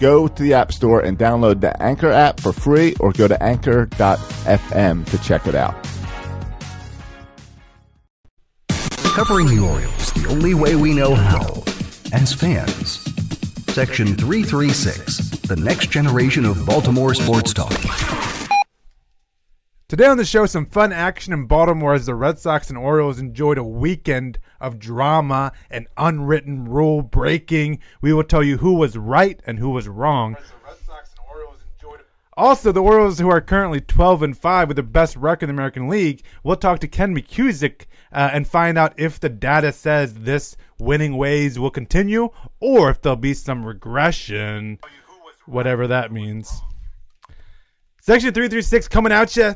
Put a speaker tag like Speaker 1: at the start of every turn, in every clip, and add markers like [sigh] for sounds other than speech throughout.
Speaker 1: Go to the App Store and download the Anchor app for free or go to anchor.fm to check it out.
Speaker 2: Covering the Orioles the only way we know how, as fans. Section 336, the next generation of Baltimore sports talk.
Speaker 3: Today on the show, some fun action in Baltimore as the Red Sox and Orioles enjoyed a weekend of drama and unwritten rule breaking. We will tell you who was right and who was wrong. Also, the Orioles, who are currently 12 and 5 with the best record in the American League, we'll talk to Ken McCusick uh, and find out if the data says this winning ways will continue or if there'll be some regression, whatever that means. Section 336 coming at you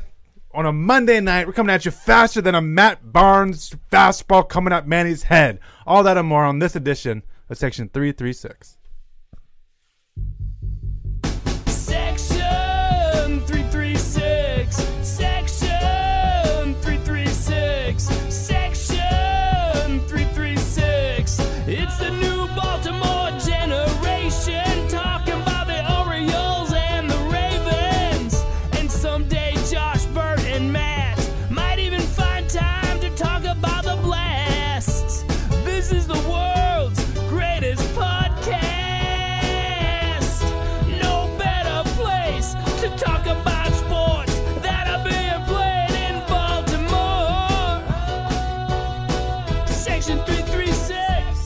Speaker 3: on a Monday night. We're coming at you faster than a Matt Barnes fastball coming up Manny's head. All that and more on this edition of Section 336.
Speaker 4: Section 336. Section 336. Section 336. It's the new Baltimore generation talking about the Orioles and the Ravens. And someday Josh, Burt, and Matt might even find time to talk about the Blasts. This is the world's greatest podcast. No better place to talk about sports that are being played in Baltimore. Section 336.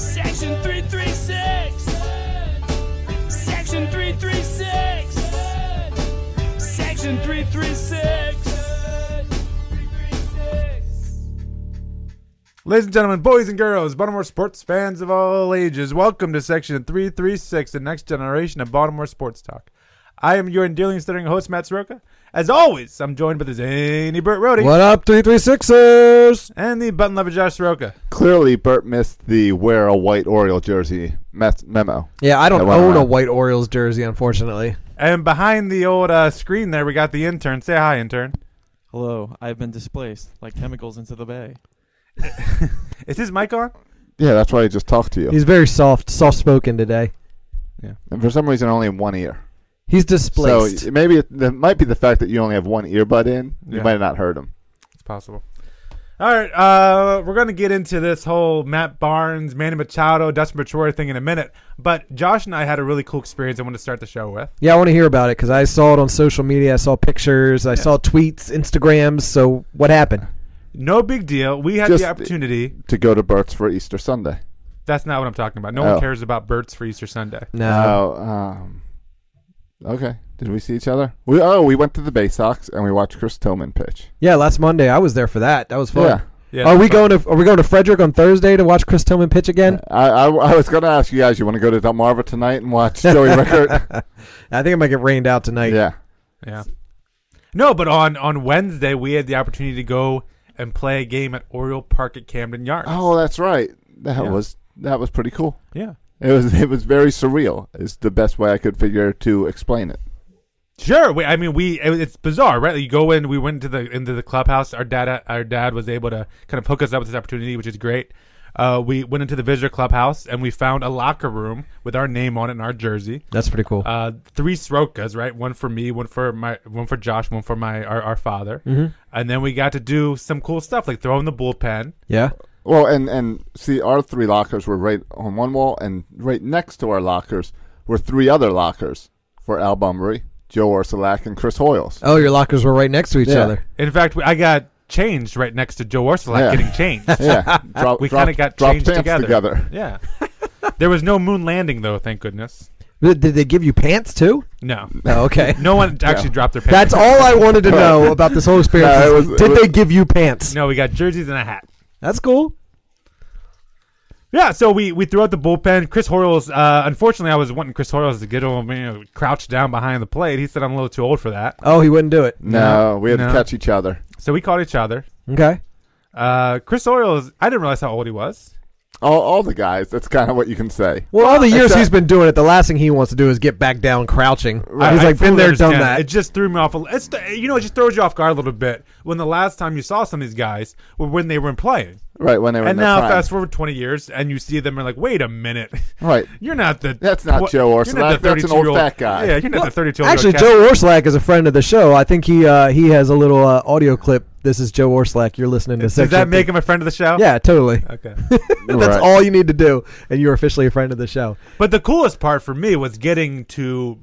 Speaker 4: Section 336. Section 336. Section 336.
Speaker 3: Ladies and gentlemen, boys and girls, Baltimore sports fans of all ages, welcome to Section 336, the next generation of Baltimore sports talk. I am your endearing, stuttering host, Matt Soroka. As always, I'm joined by the zany Burt Rohde
Speaker 5: What up, 336ers?
Speaker 3: and the button lover, Josh Soroka.
Speaker 1: Clearly, Bert missed the wear a white Oriole jersey mes- memo.
Speaker 5: Yeah, I
Speaker 1: That
Speaker 5: don't
Speaker 1: went
Speaker 5: own a
Speaker 1: around.
Speaker 5: white Orioles jersey, unfortunately.
Speaker 3: And behind the old uh, screen there, we got the intern. Say hi, intern.
Speaker 6: Hello, I've been displaced like chemicals into the bay.
Speaker 3: Is his mic on?
Speaker 1: Yeah, that's why I just talked to you.
Speaker 5: He's very soft, soft spoken today.
Speaker 1: and for some reason, only in one ear.
Speaker 5: He's displaced.
Speaker 1: So maybe it, that might be the fact that you only have one earbud in. You
Speaker 3: Yeah.
Speaker 1: might have not heard him.
Speaker 3: It's possible. All right, uh, we're going to get into this whole Matt Barnes, Manny Machado, Dustin Petrora thing in a minute. But Josh and I had a really cool experience I want to start the show with.
Speaker 5: yeah, I want to hear about it because I saw it on social media. I saw pictures. I saw tweets, Instagrams. So what happened?
Speaker 3: No big deal. We had
Speaker 1: Just-
Speaker 3: the opportunity.
Speaker 1: To go to Burt's for Easter Sunday.
Speaker 3: That's not what I'm talking about. No
Speaker 1: Oh.
Speaker 3: one cares about birds for Easter Sunday.
Speaker 5: No.
Speaker 1: Oh, um, okay. Did we see each other? We oh, we went to the Bay Sox and we watched Chris Tillman pitch.
Speaker 5: Yeah, last Monday I was there for that. That was fun.
Speaker 1: Yeah.
Speaker 3: Yeah,
Speaker 5: are we
Speaker 3: that's fine.
Speaker 5: going to Are we going to Frederick on Thursday to watch Chris Tillman pitch again?
Speaker 1: I, I, I was going to ask you guys, you want to go to Delmarva tonight and watch Joey Rickert?
Speaker 5: [laughs] I think it might get rained out tonight.
Speaker 1: yeah.
Speaker 3: Yeah. No, but on on Wednesday we had the opportunity to go and play a game at Oriole Park at Camden Yards.
Speaker 1: Oh, that's right. That
Speaker 3: Yeah.
Speaker 1: was that was pretty cool.
Speaker 3: yeah.
Speaker 1: It was it was very surreal. Is the best way I could figure to explain it.
Speaker 3: Sure. We, I mean, we it- it's bizarre, right? You go in. We went into the into the clubhouse. Our dad our dad was able to kind of hook us up with this opportunity, which is great. Uh, we went into the visitor clubhouse and we found a locker room with our name on it and our jersey.
Speaker 5: that's pretty cool.
Speaker 3: Uh, three Srokas, right? One for me, one for my, one for Josh, one for my our, our father. And then we got to do some cool stuff like throwing the bullpen.
Speaker 5: yeah.
Speaker 1: Well, and and see, our three lockers were right on one wall, and right next to our lockers were three other lockers for Al Bumbery, Joe Orsolak, and Chris Hoyles.
Speaker 5: Oh, your lockers were right next to each
Speaker 1: Yeah.
Speaker 5: other.
Speaker 3: In fact, I got changed right next to Joe Orsolak
Speaker 1: Yeah.
Speaker 3: getting changed.
Speaker 1: [laughs]
Speaker 5: [laughs]
Speaker 1: Yeah, drop,
Speaker 3: We
Speaker 1: drop-
Speaker 3: kind of got
Speaker 1: drop
Speaker 3: changed
Speaker 1: pants
Speaker 3: together.
Speaker 1: together.
Speaker 3: Yeah. there was no moon landing though, thank goodness.
Speaker 5: Did did they give you pants
Speaker 1: [laughs]
Speaker 5: too?
Speaker 3: No.
Speaker 5: Oh, okay.
Speaker 3: No one actually dropped their pants. [laughs]
Speaker 5: That's all I wanted to know about this whole experience.
Speaker 1: No, it
Speaker 5: is
Speaker 1: was- it
Speaker 5: did
Speaker 1: was-
Speaker 5: they give you pants?
Speaker 3: No, we got jerseys and a hat.
Speaker 5: That's cool.
Speaker 3: Yeah, so we, we threw out the bullpen. Chris Hoyles, uh, unfortunately, I was wanting Chris Hoyles to get over you know, crouch down behind the plate. He said I'm a little too old for that.
Speaker 5: Oh, he wouldn't do it.
Speaker 1: No, we had
Speaker 3: no.
Speaker 1: to catch each other.
Speaker 3: So we called each other.
Speaker 5: Okay.
Speaker 3: Uh, Chris Hoyles, I didn't realize how old he was.
Speaker 1: All, all the guys. That's kind of what you can say.
Speaker 5: Well, all the
Speaker 3: Uh,
Speaker 5: years
Speaker 1: Except-
Speaker 5: he's been doing it, the last thing he wants to do is get back down crouching. He's
Speaker 3: I- I
Speaker 5: like, been
Speaker 3: fully
Speaker 5: there, done
Speaker 3: understand.
Speaker 5: that.
Speaker 3: It just threw me off. A, it's the- you know, it just throws you off guard a little bit when the last time you saw some of these guys were when they were playing.
Speaker 1: Right when they were in
Speaker 3: And
Speaker 1: their
Speaker 3: now,
Speaker 1: prime.
Speaker 3: fast forward 20 years, and you see them and like, wait a minute.
Speaker 1: Right.
Speaker 3: [laughs] You're not the.
Speaker 1: That's not
Speaker 3: what-
Speaker 1: Joe
Speaker 3: you're
Speaker 1: Orsolak.
Speaker 3: not the
Speaker 1: That's an old
Speaker 3: 32-year-old
Speaker 1: fat guy.
Speaker 3: Yeah, you're not the 32 year old.
Speaker 5: Actually, Joe Orslack is a friend of the show. I think he uh, he has a little uh, audio clip. This is Joe Orslack. You're listening to
Speaker 3: Does
Speaker 5: Section
Speaker 3: that make
Speaker 5: Three-
Speaker 3: him a friend of the show?
Speaker 5: Yeah, totally.
Speaker 3: Okay.
Speaker 5: [laughs]
Speaker 3: [laughs]
Speaker 5: That's
Speaker 1: Right.
Speaker 5: all you need to do, and you're officially a friend of the show.
Speaker 3: But the coolest part for me was getting to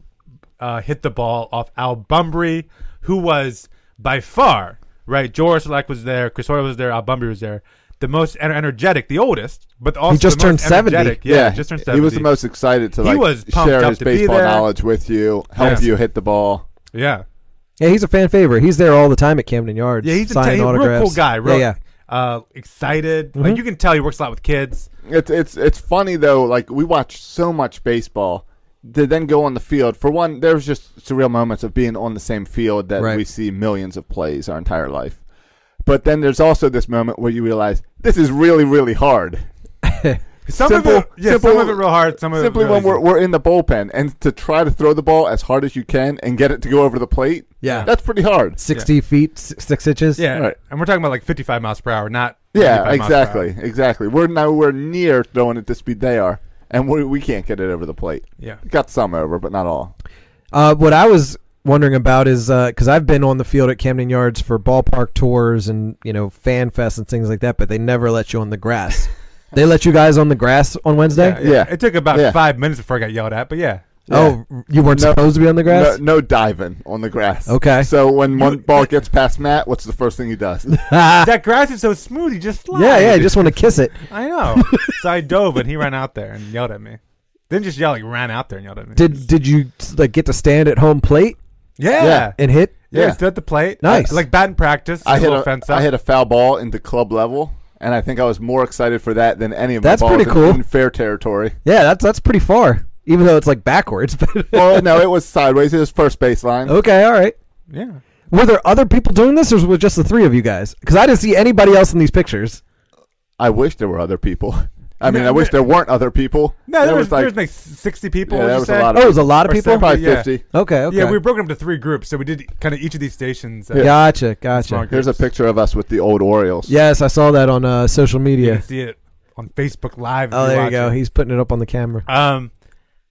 Speaker 3: uh, hit the ball off Al Bumbry, who was by far right. George Select was there, Chris Hoyer was there, Al Bumbry was there. The most en- energetic, the oldest, but also
Speaker 5: just
Speaker 3: the most
Speaker 5: turned 70.
Speaker 3: energetic. Yeah, just turned seventy.
Speaker 1: He was the most excited to
Speaker 3: He
Speaker 1: like
Speaker 3: was pumped
Speaker 1: share
Speaker 3: up
Speaker 1: his
Speaker 3: to be
Speaker 1: baseball
Speaker 3: there.
Speaker 1: knowledge with you, help
Speaker 3: Yes.
Speaker 1: you hit the ball.
Speaker 3: Yeah,
Speaker 5: Yeah, he's a fan favorite. He's there all the time at Camden Yards.
Speaker 3: yeah. He's a
Speaker 5: signing
Speaker 3: t- he's a real
Speaker 5: autographs.
Speaker 3: cool guy. Real,
Speaker 5: yeah,
Speaker 3: Uh, excited.
Speaker 1: Mm-hmm.
Speaker 3: Like you can tell, he works a lot with kids.
Speaker 1: It's it's it's funny though. Like we watch so much baseball to then go on the field. For one, there's just surreal moments of being on the same field that
Speaker 5: Right.
Speaker 1: we see millions of plays our entire life. But then there's also this moment where you realize this is really really hard.
Speaker 3: Some
Speaker 1: Simple-
Speaker 3: of it, yeah,
Speaker 1: simple-
Speaker 3: some of it real hard. Some of
Speaker 1: Simply
Speaker 3: it real
Speaker 1: when
Speaker 3: easy.
Speaker 1: we're, we're in the bullpen and to try to throw the ball as hard as you can and get it to go over the plate.
Speaker 5: Yeah.
Speaker 1: that's pretty hard.
Speaker 5: sixty feet, s- six inches.
Speaker 3: yeah,
Speaker 1: Right.
Speaker 3: and we're talking about like fifty-five miles per hour, not
Speaker 1: Yeah,
Speaker 3: 95 miles per hour.
Speaker 1: exactly, exactly. We're nowhere near throwing at the speed they are, and we we can't get it over the plate.
Speaker 3: Yeah.
Speaker 1: got some over, but not all.
Speaker 5: Uh, what I was wondering about is because I've been on the field at Camden Yards for ballpark tours and you know fan fest and things like that, but they never let you on
Speaker 3: [laughs]
Speaker 5: the grass. they let you guys on the grass on Wednesday.
Speaker 3: Yeah,
Speaker 1: Yeah.
Speaker 3: It took about
Speaker 1: Yeah.
Speaker 3: five minutes before I got yelled at, but yeah.
Speaker 5: Oh, you weren't
Speaker 1: No.
Speaker 5: supposed to be on
Speaker 1: No,
Speaker 5: the grass.
Speaker 1: no diving on the grass.
Speaker 5: Okay.
Speaker 1: So when one ball
Speaker 3: [laughs]
Speaker 1: gets past Matt, what's the first thing he does? Ah.
Speaker 3: that grass is so smooth. He just slides.
Speaker 5: yeah, yeah, I just want to kiss it.
Speaker 3: I
Speaker 1: [laughs]
Speaker 3: know. so I dove, and he ran out there and yelled at me. Didn't just yell, like ran out there and yelled at me.
Speaker 5: Did did you like get to stand at home plate
Speaker 3: yeah,
Speaker 1: Yeah.
Speaker 3: yeah.
Speaker 5: and hit?
Speaker 1: Yeah.
Speaker 3: he stood at the plate.
Speaker 5: Nice.
Speaker 3: like batting practice.
Speaker 1: I hit
Speaker 3: little
Speaker 1: a,
Speaker 3: fence up.
Speaker 1: I hit a foul ball into club level, and I think I was more excited for that than any of
Speaker 5: That's
Speaker 1: my balls
Speaker 5: pretty
Speaker 1: in-
Speaker 5: cool.
Speaker 1: in fair territory.
Speaker 5: Yeah, that's that's pretty far, even though it's like backwards. [laughs] But
Speaker 1: well, no, it was sideways. It was first baseline.
Speaker 3: Oh.
Speaker 5: okay, all right.
Speaker 3: yeah.
Speaker 5: Were there other people doing this, or was it just the three of you guys? Because I didn't see anybody else in these pictures.
Speaker 1: I wish there were other people. [laughs] I mean,
Speaker 3: No,
Speaker 1: I wish
Speaker 3: there-
Speaker 1: there weren't other people.
Speaker 3: No, there, was, there was
Speaker 1: like
Speaker 3: like sixty people.
Speaker 1: yeah,
Speaker 3: would
Speaker 1: there
Speaker 3: you
Speaker 1: was
Speaker 3: say?
Speaker 1: a lot
Speaker 5: Oh,
Speaker 1: of
Speaker 5: it was a lot of
Speaker 3: Or
Speaker 5: people.
Speaker 3: seven.
Speaker 1: probably
Speaker 3: yeah.
Speaker 1: fifty.
Speaker 5: Okay, okay.
Speaker 3: Yeah, we were broken up into three groups, so we did kind of each of these stations. Uh,
Speaker 5: Gotcha, gotcha.
Speaker 3: Smart.
Speaker 1: Here's a picture of us with the old Orioles.
Speaker 5: Yes, I saw that on uh, social
Speaker 3: You
Speaker 5: media.
Speaker 3: can see it on Facebook Live. if
Speaker 5: Oh,
Speaker 3: you're
Speaker 5: there you go.
Speaker 3: watching.
Speaker 5: He's putting it up on the camera.
Speaker 3: Um,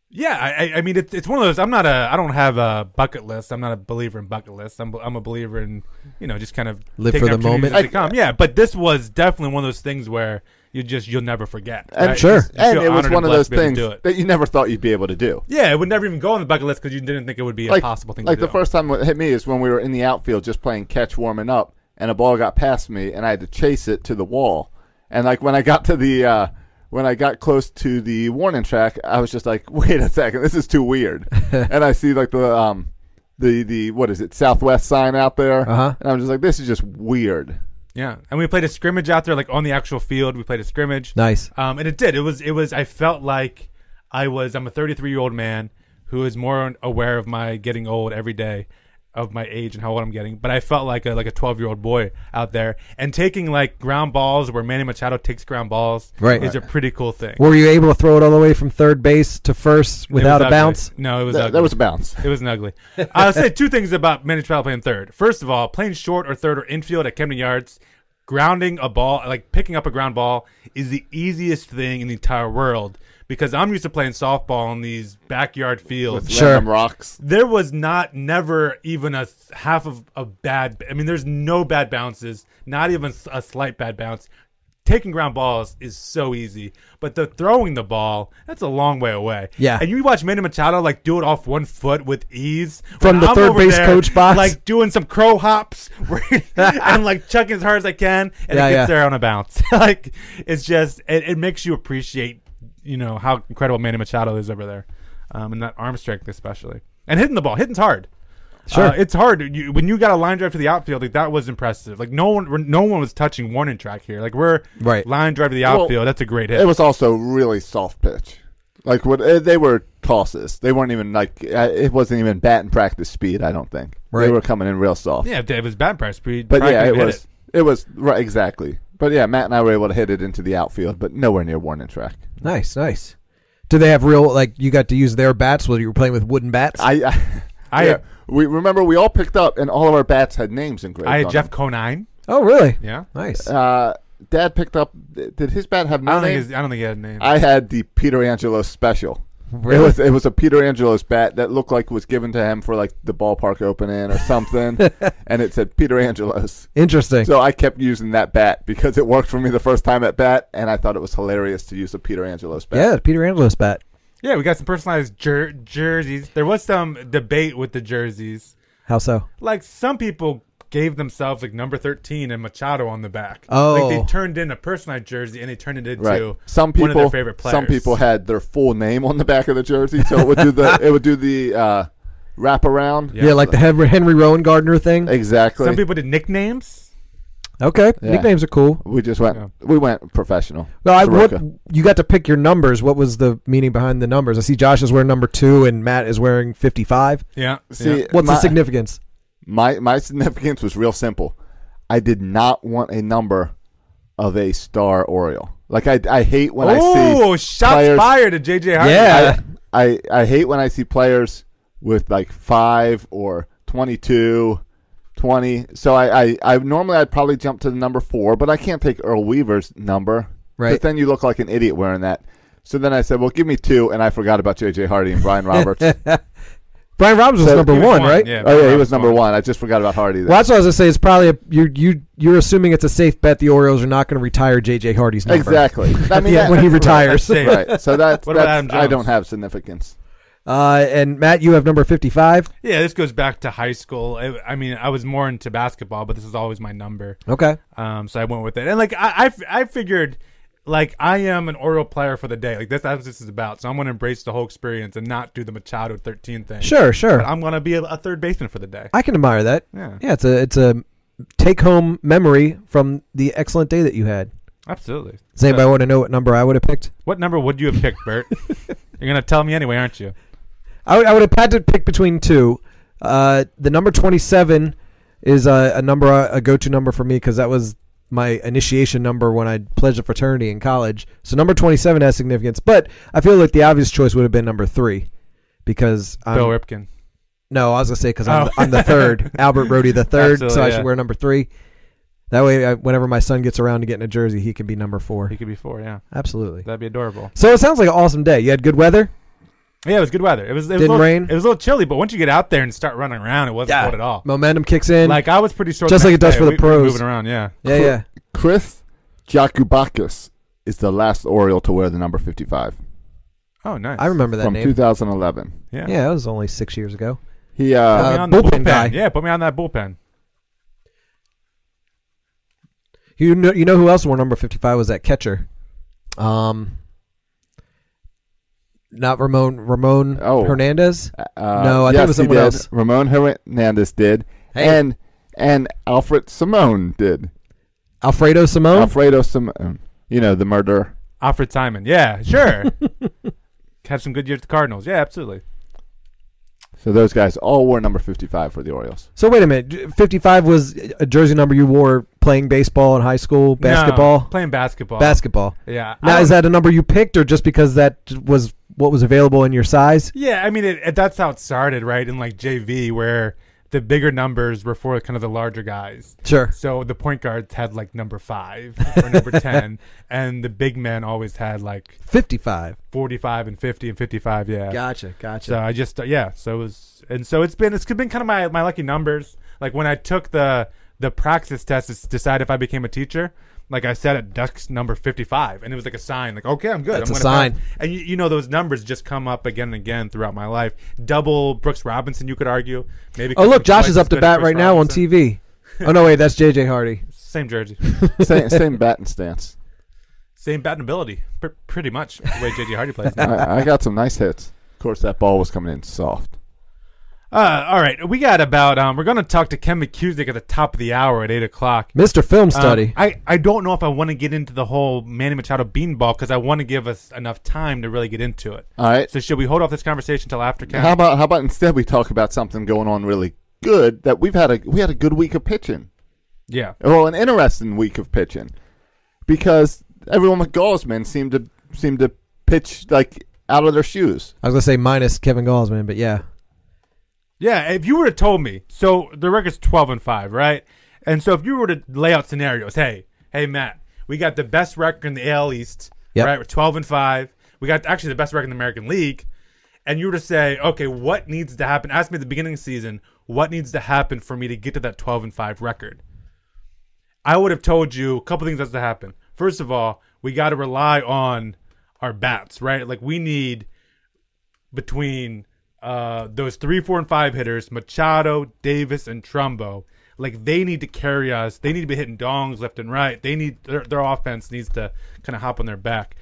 Speaker 3: yeah, I, I- I mean, it's it's one of those. I'm not a. I don't have a bucket list. I'm not a believer in bucket lists. I'm I'm a believer in you know just kind of
Speaker 5: Live
Speaker 3: taking
Speaker 5: for the
Speaker 3: opportunities
Speaker 5: moment.
Speaker 3: as they come. Yeah, but this was definitely one of those things where you just you'll never forget.
Speaker 1: And,
Speaker 3: right?
Speaker 5: Sure.
Speaker 3: You just- you
Speaker 1: and
Speaker 3: feel
Speaker 1: it was
Speaker 3: honored
Speaker 1: one of
Speaker 3: and
Speaker 1: those
Speaker 3: blessed to be able to
Speaker 1: things
Speaker 3: do it.
Speaker 1: that you never thought you'd be able to do.
Speaker 3: Yeah, it would never even go on the bucket list because you didn't think it would be a possible thing.
Speaker 1: Like
Speaker 3: to
Speaker 1: the
Speaker 3: do.
Speaker 1: first time it hit me is when we were in the outfield just playing catch warming up, and a ball got past me, and I had to chase it to the wall. And like when I got to the uh, when I got close to the warning track, I was just like, [laughs] wait a second, this is too
Speaker 3: [laughs]
Speaker 1: weird. and I see like the um the the what is it Southwest sign out there,
Speaker 5: Uh-huh.
Speaker 1: and I'm just like, this is just weird.
Speaker 3: Yeah, and we played a scrimmage out there, like on the actual field. We played a scrimmage.
Speaker 5: Nice.
Speaker 3: Um, and it did. It was. It was. I felt like I was. I'm a 33 year old man who is more aware of my getting old every day, of my age and how old I'm getting. But I felt like a like a 12 year old boy out there and taking like ground balls where Manny Machado takes ground balls.
Speaker 5: Right.
Speaker 3: Is a pretty cool thing.
Speaker 5: Were you able to throw it all the way from third base to first
Speaker 3: It was
Speaker 5: without a
Speaker 3: ugly.
Speaker 5: bounce?
Speaker 3: No, it was.
Speaker 1: That,
Speaker 3: ugly.
Speaker 1: that was a bounce.
Speaker 3: It was an ugly. Uh, I'll say two things about Manny Trout playing third. First of all, playing short or third or infield at Camden Yards, grounding a ball, like picking up a ground ball, is the easiest thing in the entire world because I'm used to playing softball in these backyard fields.
Speaker 5: Sure.
Speaker 1: Random rocks.
Speaker 3: There was not never even a s- half of a bad. I mean, there's no bad bounces, not even s- a slight bad bounce. Taking ground balls is so easy, but the throwing the ball that's a long way away.
Speaker 5: Yeah.
Speaker 3: and you watch Manny Machado like do it off one foot with ease
Speaker 5: From
Speaker 3: when
Speaker 5: the
Speaker 3: I'm
Speaker 5: third
Speaker 3: over
Speaker 5: base coach box?
Speaker 3: like doing some crow hops [laughs] and
Speaker 5: [laughs]
Speaker 3: like chucking as hard as I can, and
Speaker 5: Yeah,
Speaker 3: it gets
Speaker 5: yeah.
Speaker 3: there on a bounce. [laughs] like it's just it, it makes you appreciate you know how incredible Manny Machado is over there, um, and that arm strength especially, and hitting the ball, hitting's hard.
Speaker 5: Sure.
Speaker 3: Uh, it's hard you, when you got a line drive to the outfield. Like that was impressive. Like no one, no one was touching warning track here. Like we're
Speaker 5: Right.
Speaker 3: line drive to the
Speaker 1: Well,
Speaker 3: outfield. that's a great hit.
Speaker 1: It was also really soft pitch. Like what eh, they were tosses. They weren't even like eh, it wasn't even bat and practice speed. I don't think they
Speaker 5: Right.
Speaker 1: were coming in real soft.
Speaker 3: yeah, if it was bad press. we
Speaker 1: but
Speaker 3: probably
Speaker 1: yeah, it
Speaker 3: could've hit
Speaker 1: was. It. was right exactly. But yeah, Matt and I were able to hit it into the outfield, but nowhere near warning track.
Speaker 5: Nice, nice. Do they have real like you got to use their bats? Whether you were playing with wooden bats?
Speaker 1: I, I,
Speaker 3: I-
Speaker 1: yeah, we remember we all picked up, and all of our bats had names engraved.
Speaker 3: I had
Speaker 1: on
Speaker 3: Jeff
Speaker 1: them.
Speaker 3: Conine.
Speaker 5: oh, really?
Speaker 3: Yeah,
Speaker 5: Nice.
Speaker 1: Uh, Dad picked up. Did his bat have
Speaker 3: I
Speaker 1: no
Speaker 3: don't think
Speaker 1: name?
Speaker 3: his, I don't think he had a name.
Speaker 1: I had the Peter Angelo special.
Speaker 5: Really?
Speaker 1: It was it was a Peter Angelo's bat that looked like it was given to him for like the ballpark opening or
Speaker 5: [laughs]
Speaker 1: something, and it said Peter Angelo's.
Speaker 5: Interesting.
Speaker 1: So uh, I kept using that bat because it worked for me the first time at bat, and I thought it was hilarious to use a Peter Angelo's bat.
Speaker 5: yeah, Peter Angelo's bat.
Speaker 3: yeah, we got some personalized jer- jerseys. There was some debate with the jerseys.
Speaker 5: How so?
Speaker 3: like some people gave themselves like number 13 and Machado on the back.
Speaker 5: Oh.
Speaker 3: Like they turned in a personalized jersey and they turned it into
Speaker 1: Right. Some
Speaker 3: one
Speaker 1: people,
Speaker 3: of their favorite players.
Speaker 1: some people had their full name on the back of the jersey, so it would do
Speaker 5: [laughs]
Speaker 1: the it would do the uh, wrap around.
Speaker 5: Yeah, like the Henry, Henry Rowan Gardner thing.
Speaker 1: exactly.
Speaker 3: Some people did nicknames.
Speaker 5: Okay,
Speaker 1: Yeah.
Speaker 5: nicknames are cool.
Speaker 1: we just went
Speaker 3: Yeah.
Speaker 1: we went professional.
Speaker 5: Well, I, what
Speaker 1: Soroka.
Speaker 5: you got to pick your numbers? What was the meaning behind the numbers? I see Josh is wearing number two and Matt is wearing fifty-five.
Speaker 3: Yeah.
Speaker 1: See,
Speaker 3: yeah.
Speaker 5: What's
Speaker 1: my-
Speaker 5: the significance?
Speaker 1: My my significance was real simple. I did not want a number of a star Oriole. Like I, I hate when
Speaker 3: Oh,
Speaker 1: I see
Speaker 3: shots
Speaker 1: players,
Speaker 3: fired to JJ Harden.
Speaker 5: Yeah.
Speaker 1: I, I I hate when I see players with like five or 22, 20. So I, I, I normally I'd probably jump to the number four, but I can't take Earl Weaver's number.
Speaker 5: Right.
Speaker 1: But then you look like an idiot wearing that. So then I said, well, give me two, and I forgot about J.J. Hardy and
Speaker 5: [laughs]
Speaker 1: Brian Roberts. oh
Speaker 5: Brian Robbins was
Speaker 1: So-
Speaker 5: number
Speaker 1: He
Speaker 3: was
Speaker 5: one,
Speaker 3: one,
Speaker 5: right?
Speaker 3: yeah.
Speaker 1: yeah, he was number one. I just forgot about Hardy. There.
Speaker 5: Well, that's what I was gonna say. It's probably a, you you you're assuming it's a safe bet the Orioles are not going to retire JJ Hardy's number
Speaker 1: Exactly. I mean,
Speaker 5: [laughs] Yeah,
Speaker 1: that-
Speaker 5: when
Speaker 1: [laughs]
Speaker 5: he
Speaker 1: right.
Speaker 5: retires.
Speaker 3: Safe.
Speaker 1: right.
Speaker 3: [laughs]
Speaker 1: So that's,
Speaker 3: What about
Speaker 1: that's
Speaker 3: Adam
Speaker 1: I don't
Speaker 3: Jones?
Speaker 1: have significance.
Speaker 5: Uh, and Matt, you have number fifty-five.
Speaker 3: Yeah, this goes back to high school. I, I mean, I was more into basketball, but this is always my number.
Speaker 5: Okay.
Speaker 3: Um, so I went with it, and like I, I f- I figured, like I am an Oriole player for the day. Like that's, that's what this is about. So I'm gonna embrace the whole experience and not do the Machado 13 thing.
Speaker 5: Sure, sure.
Speaker 3: But I'm gonna be a, a third baseman for the day.
Speaker 5: I can admire that.
Speaker 3: Yeah.
Speaker 5: Yeah, it's a it's a take home memory from the excellent day that you had.
Speaker 3: Absolutely.
Speaker 5: Does anybody want to know what number I would have picked?
Speaker 3: What number would you have picked,
Speaker 5: [laughs]
Speaker 3: Bert? You're gonna tell me anyway, aren't you?
Speaker 5: I would, I would have had to pick between two. Uh, the number twenty seven is a, a number a go to number for me because that was my initiation number when I pledged a fraternity in college. So number twenty seven has significance, but I feel like the obvious choice would have been number three because I'm,
Speaker 3: Bill Ripken.
Speaker 5: No, I was gonna say because I'm,
Speaker 3: Oh.
Speaker 5: the- I'm the
Speaker 3: [laughs]
Speaker 5: third, Albert Brody the third, so I
Speaker 3: Absolutely, yeah.
Speaker 5: should wear number three. That way, I, whenever my son gets around to getting a jersey, he can be number four.
Speaker 3: He could be four. Yeah,
Speaker 5: Absolutely.
Speaker 3: that'd be adorable.
Speaker 5: So it sounds like an awesome day. You had good weather.
Speaker 3: Yeah, it was good weather. It was. It was a
Speaker 5: Didn't
Speaker 3: little,
Speaker 5: rain?
Speaker 3: It was a little chilly, but once you get out there and start running around, it wasn't cold at all.
Speaker 5: Momentum kicks in.
Speaker 3: Like I was pretty sore.
Speaker 5: Just
Speaker 3: the
Speaker 5: like it
Speaker 3: next
Speaker 5: does
Speaker 3: day.
Speaker 5: for the
Speaker 3: We- we were
Speaker 5: pros.
Speaker 3: moving around. Yeah.
Speaker 5: yeah, yeah.
Speaker 1: Chris Jakubakis is the last Oriole to wear the number 55
Speaker 3: Oh, nice.
Speaker 5: I remember that
Speaker 1: from
Speaker 5: name.
Speaker 1: 2011.
Speaker 3: Yeah.
Speaker 5: yeah, that was only six years ago.
Speaker 1: He uh,
Speaker 3: Put me
Speaker 5: Uh,
Speaker 3: on the
Speaker 5: bullpen
Speaker 3: bullpen.
Speaker 5: guy.
Speaker 3: Yeah, put me on that bullpen.
Speaker 5: You know, you know who else wore number fifty five was that catcher. Um, not Ramon Ramon
Speaker 1: Oh.
Speaker 5: Hernandez.
Speaker 1: uh,
Speaker 5: no, I think it
Speaker 1: yes,
Speaker 5: was
Speaker 1: he
Speaker 5: someone
Speaker 1: did.
Speaker 5: else.
Speaker 1: Ramon Hernandez did,
Speaker 5: Hey.
Speaker 1: and and Alfred Simone did.
Speaker 5: Alfredo Simone.
Speaker 1: Alfredo Simone, you know the murderer.
Speaker 3: Alfred Simon. Yeah, sure.
Speaker 5: [laughs]
Speaker 3: Had some good years at the Cardinals. Yeah, absolutely.
Speaker 1: So those guys all wore number 55 for the Orioles.
Speaker 5: so wait a minute. Fifty five was a jersey number you wore playing baseball in high school
Speaker 3: No,
Speaker 5: basketball.
Speaker 3: playing basketball.
Speaker 5: basketball.
Speaker 3: Yeah. I
Speaker 5: Now,
Speaker 3: don't-
Speaker 5: is that a number you picked, or just because that was what was available in your size?
Speaker 3: Yeah, I mean, it, it, that's how it started, right? In like JV, where the bigger numbers were for kind of the larger guys.
Speaker 5: Sure.
Speaker 3: So the point guards had like number five or
Speaker 5: [laughs]
Speaker 3: number 10, and the big men always had like
Speaker 5: 55.
Speaker 3: 45 and 50 and 55. Yeah.
Speaker 5: Gotcha, gotcha.
Speaker 3: So I just, uh, yeah. So it was, and so it's been, it's been kind of my, my lucky numbers. Like when I took the, the praxis test to decide if I became a teacher, like I said at Ducks number 55, and it was like a sign, like, okay, I'm good.
Speaker 5: That's
Speaker 3: I'm gonna
Speaker 5: a sign.
Speaker 3: pass. And you, you know, those numbers just come up again and again throughout my life. Double Brooks Robinson, you could argue. Maybe.
Speaker 5: oh, look,
Speaker 3: Chris
Speaker 5: Josh
Speaker 3: White's
Speaker 5: is up to
Speaker 3: good,
Speaker 5: bat
Speaker 3: Chris
Speaker 5: right now on
Speaker 3: Robinson.
Speaker 5: TV. Oh, no, wait, that's JJ Hardy.
Speaker 3: Same
Speaker 5: [laughs]
Speaker 3: jersey,
Speaker 1: Same, same batting stance.
Speaker 3: same batting ability, pr- pretty
Speaker 5: [laughs]
Speaker 3: much the way JJ Hardy plays. now.
Speaker 1: I, I got some nice hits. Of course, that ball was coming in soft.
Speaker 3: Uh, all right, we got about. Um, we're going to talk to Ken McCusick at the top of the hour at eight o'clock.
Speaker 5: Mr. Film Study.
Speaker 3: Um, I, I don't know if I want to get into the whole Manny Machado beanball because I want to give us enough time to really get into it.
Speaker 1: All right.
Speaker 3: So should we hold off this conversation till after Ken?
Speaker 1: How about how about instead we talk about something going on really good that we've had a we had a good week of pitching.
Speaker 3: yeah.
Speaker 1: Well, an interesting week of pitching because everyone with Gosman seemed to seemed to pitch like out of their shoes.
Speaker 5: I was gonna say minus Kevin Gallsman, but yeah,
Speaker 3: Yeah, if you were to told me, so the record's twelve and five, right? And so if you were to lay out scenarios, hey, hey Matt, we got the best record in the AL East,
Speaker 5: Yep.
Speaker 3: right? We're twelve and five. We got actually the best record in the American League. And you were to say, okay, what needs to happen? Ask me at the beginning of the season, what needs to happen for me to get to that twelve and five record? I would have told you a couple things has to happen. First of all, we got to rely on our bats, right? Like we need between uh, those three, four, and five hitters, Machado, Davis, and Trumbo. Like they need to carry us. They need to be hitting dongs left and right. They need their, their offense needs to kind of hop on their back.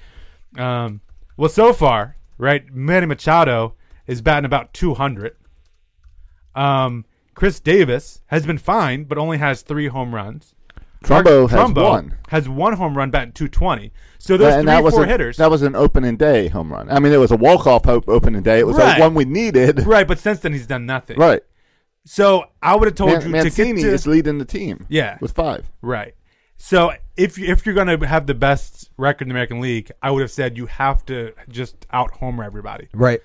Speaker 3: Um, well, so far, right, Manny Machado is batting about 200. Um, Chris Davis has been fine, but only has three home runs.
Speaker 1: Trumbo
Speaker 3: Mark
Speaker 1: has
Speaker 3: Trumbo
Speaker 1: one.
Speaker 3: has one home run batting 220. So those three,
Speaker 1: that was
Speaker 3: four
Speaker 1: a,
Speaker 3: hitters.
Speaker 1: That was an opening day home run. I mean, it was a walk off opening day. It was
Speaker 3: Right.
Speaker 1: like one we needed.
Speaker 3: right, but since then he's done nothing.
Speaker 1: Right.
Speaker 3: So I would have told
Speaker 1: Man-
Speaker 3: you
Speaker 1: Mancini
Speaker 3: to get to
Speaker 1: is leading the team.
Speaker 3: Yeah.
Speaker 1: with five.
Speaker 3: Right. So if you- if you're going to have the best record in the American League, I would have said you have to just out homer everybody.
Speaker 5: right.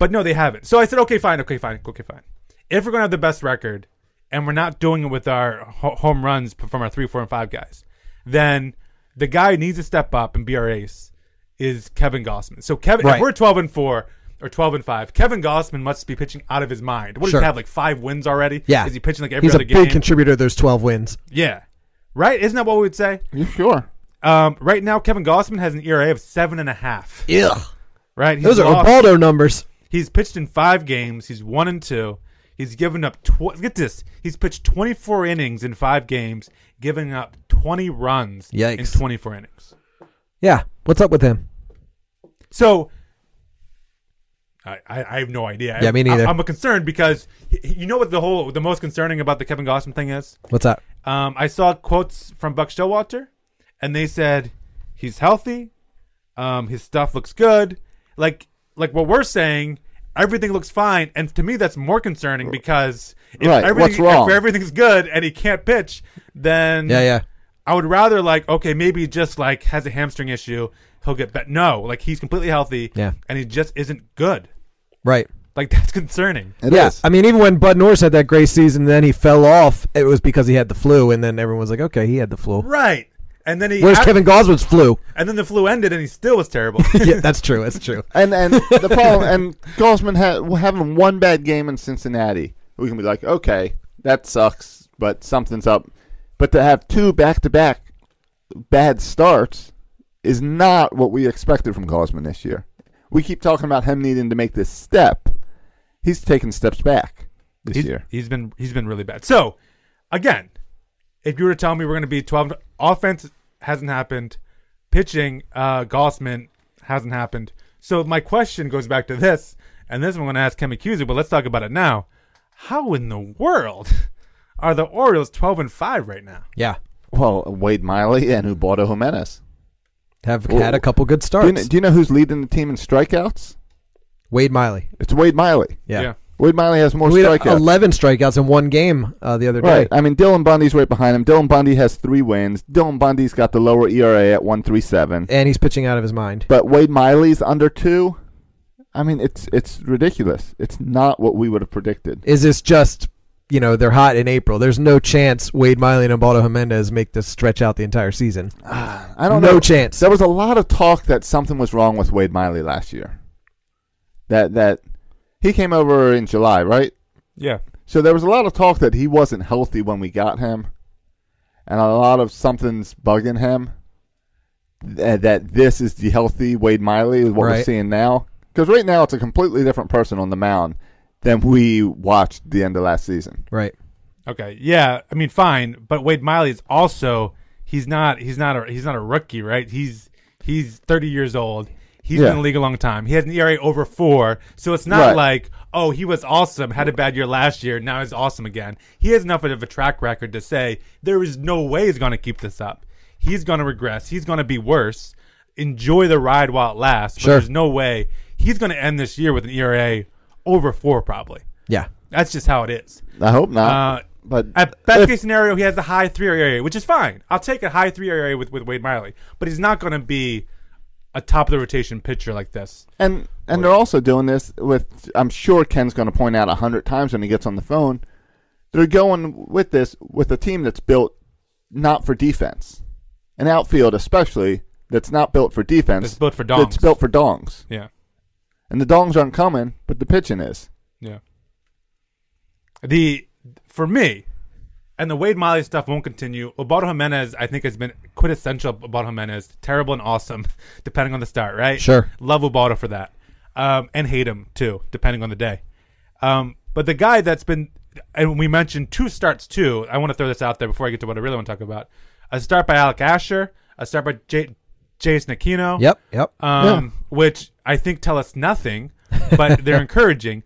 Speaker 3: But no, they haven't. So I said, okay, fine, okay, fine, okay, fine. If we're going to have the best record and we're not doing it with our ho- home runs from our three, four, and five guys, then the guy who needs to step up and be our ace is Kevin Gossman. So Kevin,
Speaker 5: Right.
Speaker 3: if we're 12 and four or 12 and five, Kevin Gossman must be pitching out of his mind. What does
Speaker 5: Sure.
Speaker 3: he have like five wins already?
Speaker 5: Yeah,
Speaker 3: Is he pitching like every
Speaker 5: He's
Speaker 3: other
Speaker 5: a
Speaker 3: game?
Speaker 5: big contributor. to Those twelve wins.
Speaker 3: yeah. Right? Isn't that what we would say?
Speaker 1: You sure?
Speaker 3: Um, right now, Kevin Gossman has an ERA of seven and a half.
Speaker 5: Yeah,
Speaker 3: Right, he's
Speaker 5: those are
Speaker 3: lost-
Speaker 5: Obaldo numbers.
Speaker 3: He's pitched in five games. He's one and two. He's given up. Tw- get this. He's pitched 24 innings in five games, giving up 20 runs in
Speaker 5: Yikes.
Speaker 3: 24 innings.
Speaker 5: Yeah, what's up with him?
Speaker 3: So I, I, I have no idea.
Speaker 5: Yeah, me neither.
Speaker 3: I, am a concerned because y- you know what the whole the most concerning about the Kevin Gossman thing is.
Speaker 5: What's up?
Speaker 3: Um, I saw quotes from Buck Showalter, and they said he's healthy. Um, his stuff looks good. Like like what we're saying, everything looks fine. And to me, that's more concerning because if,
Speaker 1: Right,
Speaker 3: everything,
Speaker 1: what's wrong?
Speaker 3: if everything's good and he can't pitch, then
Speaker 5: Yeah, yeah.
Speaker 3: I would rather like okay, maybe he just like has a hamstring issue, he'll get better. No, like he's completely healthy.
Speaker 5: Yeah.
Speaker 3: and he just isn't good.
Speaker 5: Right.
Speaker 3: Like [laughs] that's concerning.
Speaker 1: It
Speaker 5: yeah,
Speaker 1: is.
Speaker 5: I mean, even when Bud Norris had that great season, then he fell off. It was because he had the flu, and then everyone was like, "Okay, he had the flu."
Speaker 3: Right. And then he
Speaker 5: Where's
Speaker 3: I-
Speaker 5: Kevin
Speaker 3: [laughs]
Speaker 5: Gosman's flu?
Speaker 3: and then the flu ended and he still was terrible.
Speaker 5: yeah, that's true. That's true.
Speaker 1: And
Speaker 5: [laughs]
Speaker 1: and the problem and Gosman ha- having one bad game in Cincinnati, we can be like, okay, that sucks, but something's up. But to have two back to back bad starts is not what we expected from Gosman this year. We keep talking about him needing to make this step. He's taking steps back this
Speaker 3: he's,
Speaker 1: year.
Speaker 3: He's been he's been really bad. So again, if you were to tell me we're going to be twelve, offense hasn't happened, pitching uh, Gossman hasn't happened. So my question goes back to this, and this I'm going to ask Ken McCusick, but let's talk about it now. How in the world [laughs] are the Orioles twelve and five right now?
Speaker 5: Yeah,
Speaker 1: Well, Wade Miley and Ubaldo Jimenez.
Speaker 5: have
Speaker 1: Well,
Speaker 5: had a couple good
Speaker 1: Do
Speaker 5: starts.
Speaker 1: you, kn- do you know who's leading the team in strikeouts?
Speaker 5: Wade Miley.
Speaker 1: It's Wade Miley.
Speaker 5: Yeah.
Speaker 1: Wade Miley has more
Speaker 5: We had
Speaker 1: strikeouts.
Speaker 5: 11 strikeouts in one game uh, the other day.
Speaker 1: Right. I mean, Dylan Bundy's right behind him. Dylan Bundy has three wins. Dylan Bundy's got the lower ERA at 137.
Speaker 5: And he's pitching out of his mind.
Speaker 1: But Wade Miley's under two. I mean, it's it's ridiculous. It's not what we would have predicted.
Speaker 5: Is this just, you know, they're hot in April? There's no chance Wade Miley and Ubaldo Jimenez make this stretch out the entire season.
Speaker 1: I don't
Speaker 5: no
Speaker 1: know.
Speaker 5: chance.
Speaker 1: There was a lot of talk that something was wrong with Wade Miley last year. That that he came over in July, right?
Speaker 3: yeah.
Speaker 1: So there was a lot of talk that he wasn't healthy when we got him, and a lot of something's bugging him. That, that this is the healthy Wade Miley is what we're
Speaker 5: Right.
Speaker 1: seeing now. Because right now it's a completely different person on the mound than we watched the end of last season.
Speaker 5: Right.
Speaker 3: Okay. Yeah. I mean, fine. But Wade Miley is also he's not he's not a he's not a rookie, right? He's he's 30 years old. He's
Speaker 1: Yeah.
Speaker 3: been in the league a long time. He has an ERA over four, so it's not
Speaker 1: Right.
Speaker 3: like oh he was awesome, had a bad year last year, now he's awesome again. He has enough of a track record to say there is no way he's going to keep this up. He's going to regress. He's going to be worse. Enjoy the ride while it lasts. But
Speaker 5: Sure.
Speaker 3: There's no way he's going to end this year with an ERA over four probably.
Speaker 5: Yeah.
Speaker 3: That's just how it is.
Speaker 1: I hope not.
Speaker 3: Uh,
Speaker 1: but
Speaker 3: At best
Speaker 1: if-
Speaker 3: case scenario, he has a high three area, which is fine. I'll take a high three area with, with Wade Miley, but he's not going to be a top of the rotation pitcher like this.
Speaker 1: And and they're also doing this with. I'm sure Ken's going to point out a hundred times when he gets on the phone. They're going with this with a team that's built not for defense, an outfield especially that's not built for defense.
Speaker 3: That's built for
Speaker 1: That's
Speaker 3: dongs.
Speaker 1: built for dongs,
Speaker 3: Yeah,
Speaker 1: and the dongs aren't coming, but the pitching is.
Speaker 3: yeah. The for me, and the Wade Miley stuff won't continue. Obaldo Jimenez, I think, has been quintessential. Obaldo Jimenez, terrible and awesome, [laughs] depending on the start, right?
Speaker 5: Sure.
Speaker 3: Love Obaldo for that, um, and hate him too, depending on the day. Um, but the guy that's been, and we mentioned two starts too. I want to throw this out there before I get to what I really want to talk about. A start by Alec Asher, a start by J- Jason Aquino.
Speaker 5: Yep. Yep.
Speaker 3: um, which I think tell us nothing,
Speaker 1: [laughs]
Speaker 3: but they're encouraging.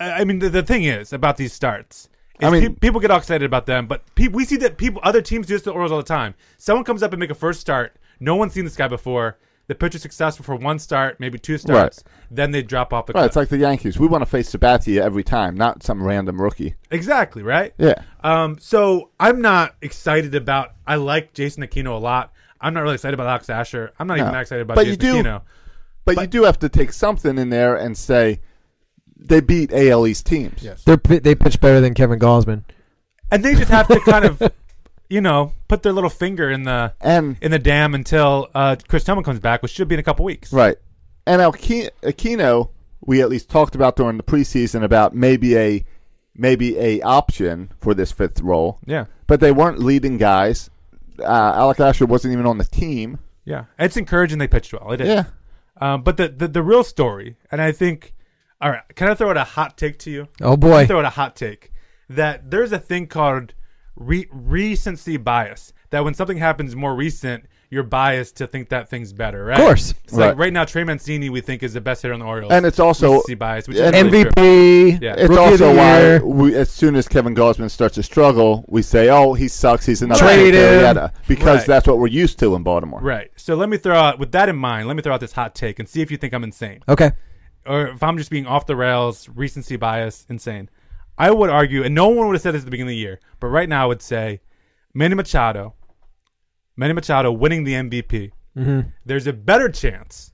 Speaker 3: I I mean, the, the thing is about these starts. Is
Speaker 1: I mean-
Speaker 3: pe- people get all excited about them, but pe- we see that people, other teams do this to the Orioles all the time. Someone comes up and make a first start. No one's seen this guy before. The pitcher's successful for one start, maybe two starts. Then they drop off the
Speaker 1: Right,
Speaker 3: cliff.
Speaker 1: it's like the Yankees. We want to face Sabathia every time, not some random rookie.
Speaker 3: exactly right.
Speaker 1: Yeah.
Speaker 3: Um, so I'm not excited about. I like Jason Aquino a lot. I'm not really excited about Alex Asher. I'm not even
Speaker 1: No.
Speaker 3: that excited about
Speaker 1: But you
Speaker 3: Jason
Speaker 1: do-
Speaker 3: Aquino.
Speaker 1: But, you do have to take something in there and say they beat AL East teams.
Speaker 3: Yes.
Speaker 5: They're, pi- they pitch better than Kevin Gosman.
Speaker 3: and they just have to kind
Speaker 5: [laughs]
Speaker 3: of, you know, put their little finger in the
Speaker 1: And
Speaker 3: in the dam until uh, Chris Tillman comes back, which should be in a couple weeks.
Speaker 1: Right. And Alqui- Aquino, we at least talked about during the preseason about maybe a maybe a option for this fifth role.
Speaker 3: Yeah.
Speaker 1: But they weren't leading guys. Uh, Alec Asher wasn't even on the team.
Speaker 3: Yeah, it's encouraging they pitched well. It is.
Speaker 1: Yeah.
Speaker 3: Um, but the, the the real story, and I think, all right, can I throw out a hot take to you?
Speaker 5: Oh, boy.
Speaker 3: throw out a hot take that there's a thing called re- recency bias. That when something happens more recent, you're biased to think that thing's better, right?
Speaker 5: Of course.
Speaker 3: It's like
Speaker 1: Right.
Speaker 3: right now, Trey Mancini, we think is the best hitter on the Orioles,
Speaker 1: And it's also-
Speaker 3: recency bias, which is
Speaker 1: and
Speaker 3: really true.
Speaker 5: MVP.
Speaker 3: Yeah.
Speaker 1: It's
Speaker 5: Rookie of
Speaker 1: also
Speaker 5: the
Speaker 1: why,
Speaker 5: year.
Speaker 1: we, as soon as Kevin Gosman starts to struggle, we say, "Oh, he sucks. He's another
Speaker 5: Trade
Speaker 1: Nick
Speaker 5: him.
Speaker 1: Arrieta," because
Speaker 3: Right.
Speaker 1: that's what we're used to in Baltimore.
Speaker 3: Right. So let me throw out with that in mind. Let me throw out this hot take and see if you think I'm insane
Speaker 5: Okay.
Speaker 3: or if I'm just being off the rails, recency bias, insane. I would argue, and no one would have said this at the beginning of the year, but right now I would say Manny Machado, Manny Machado winning the MVP. There's a better chance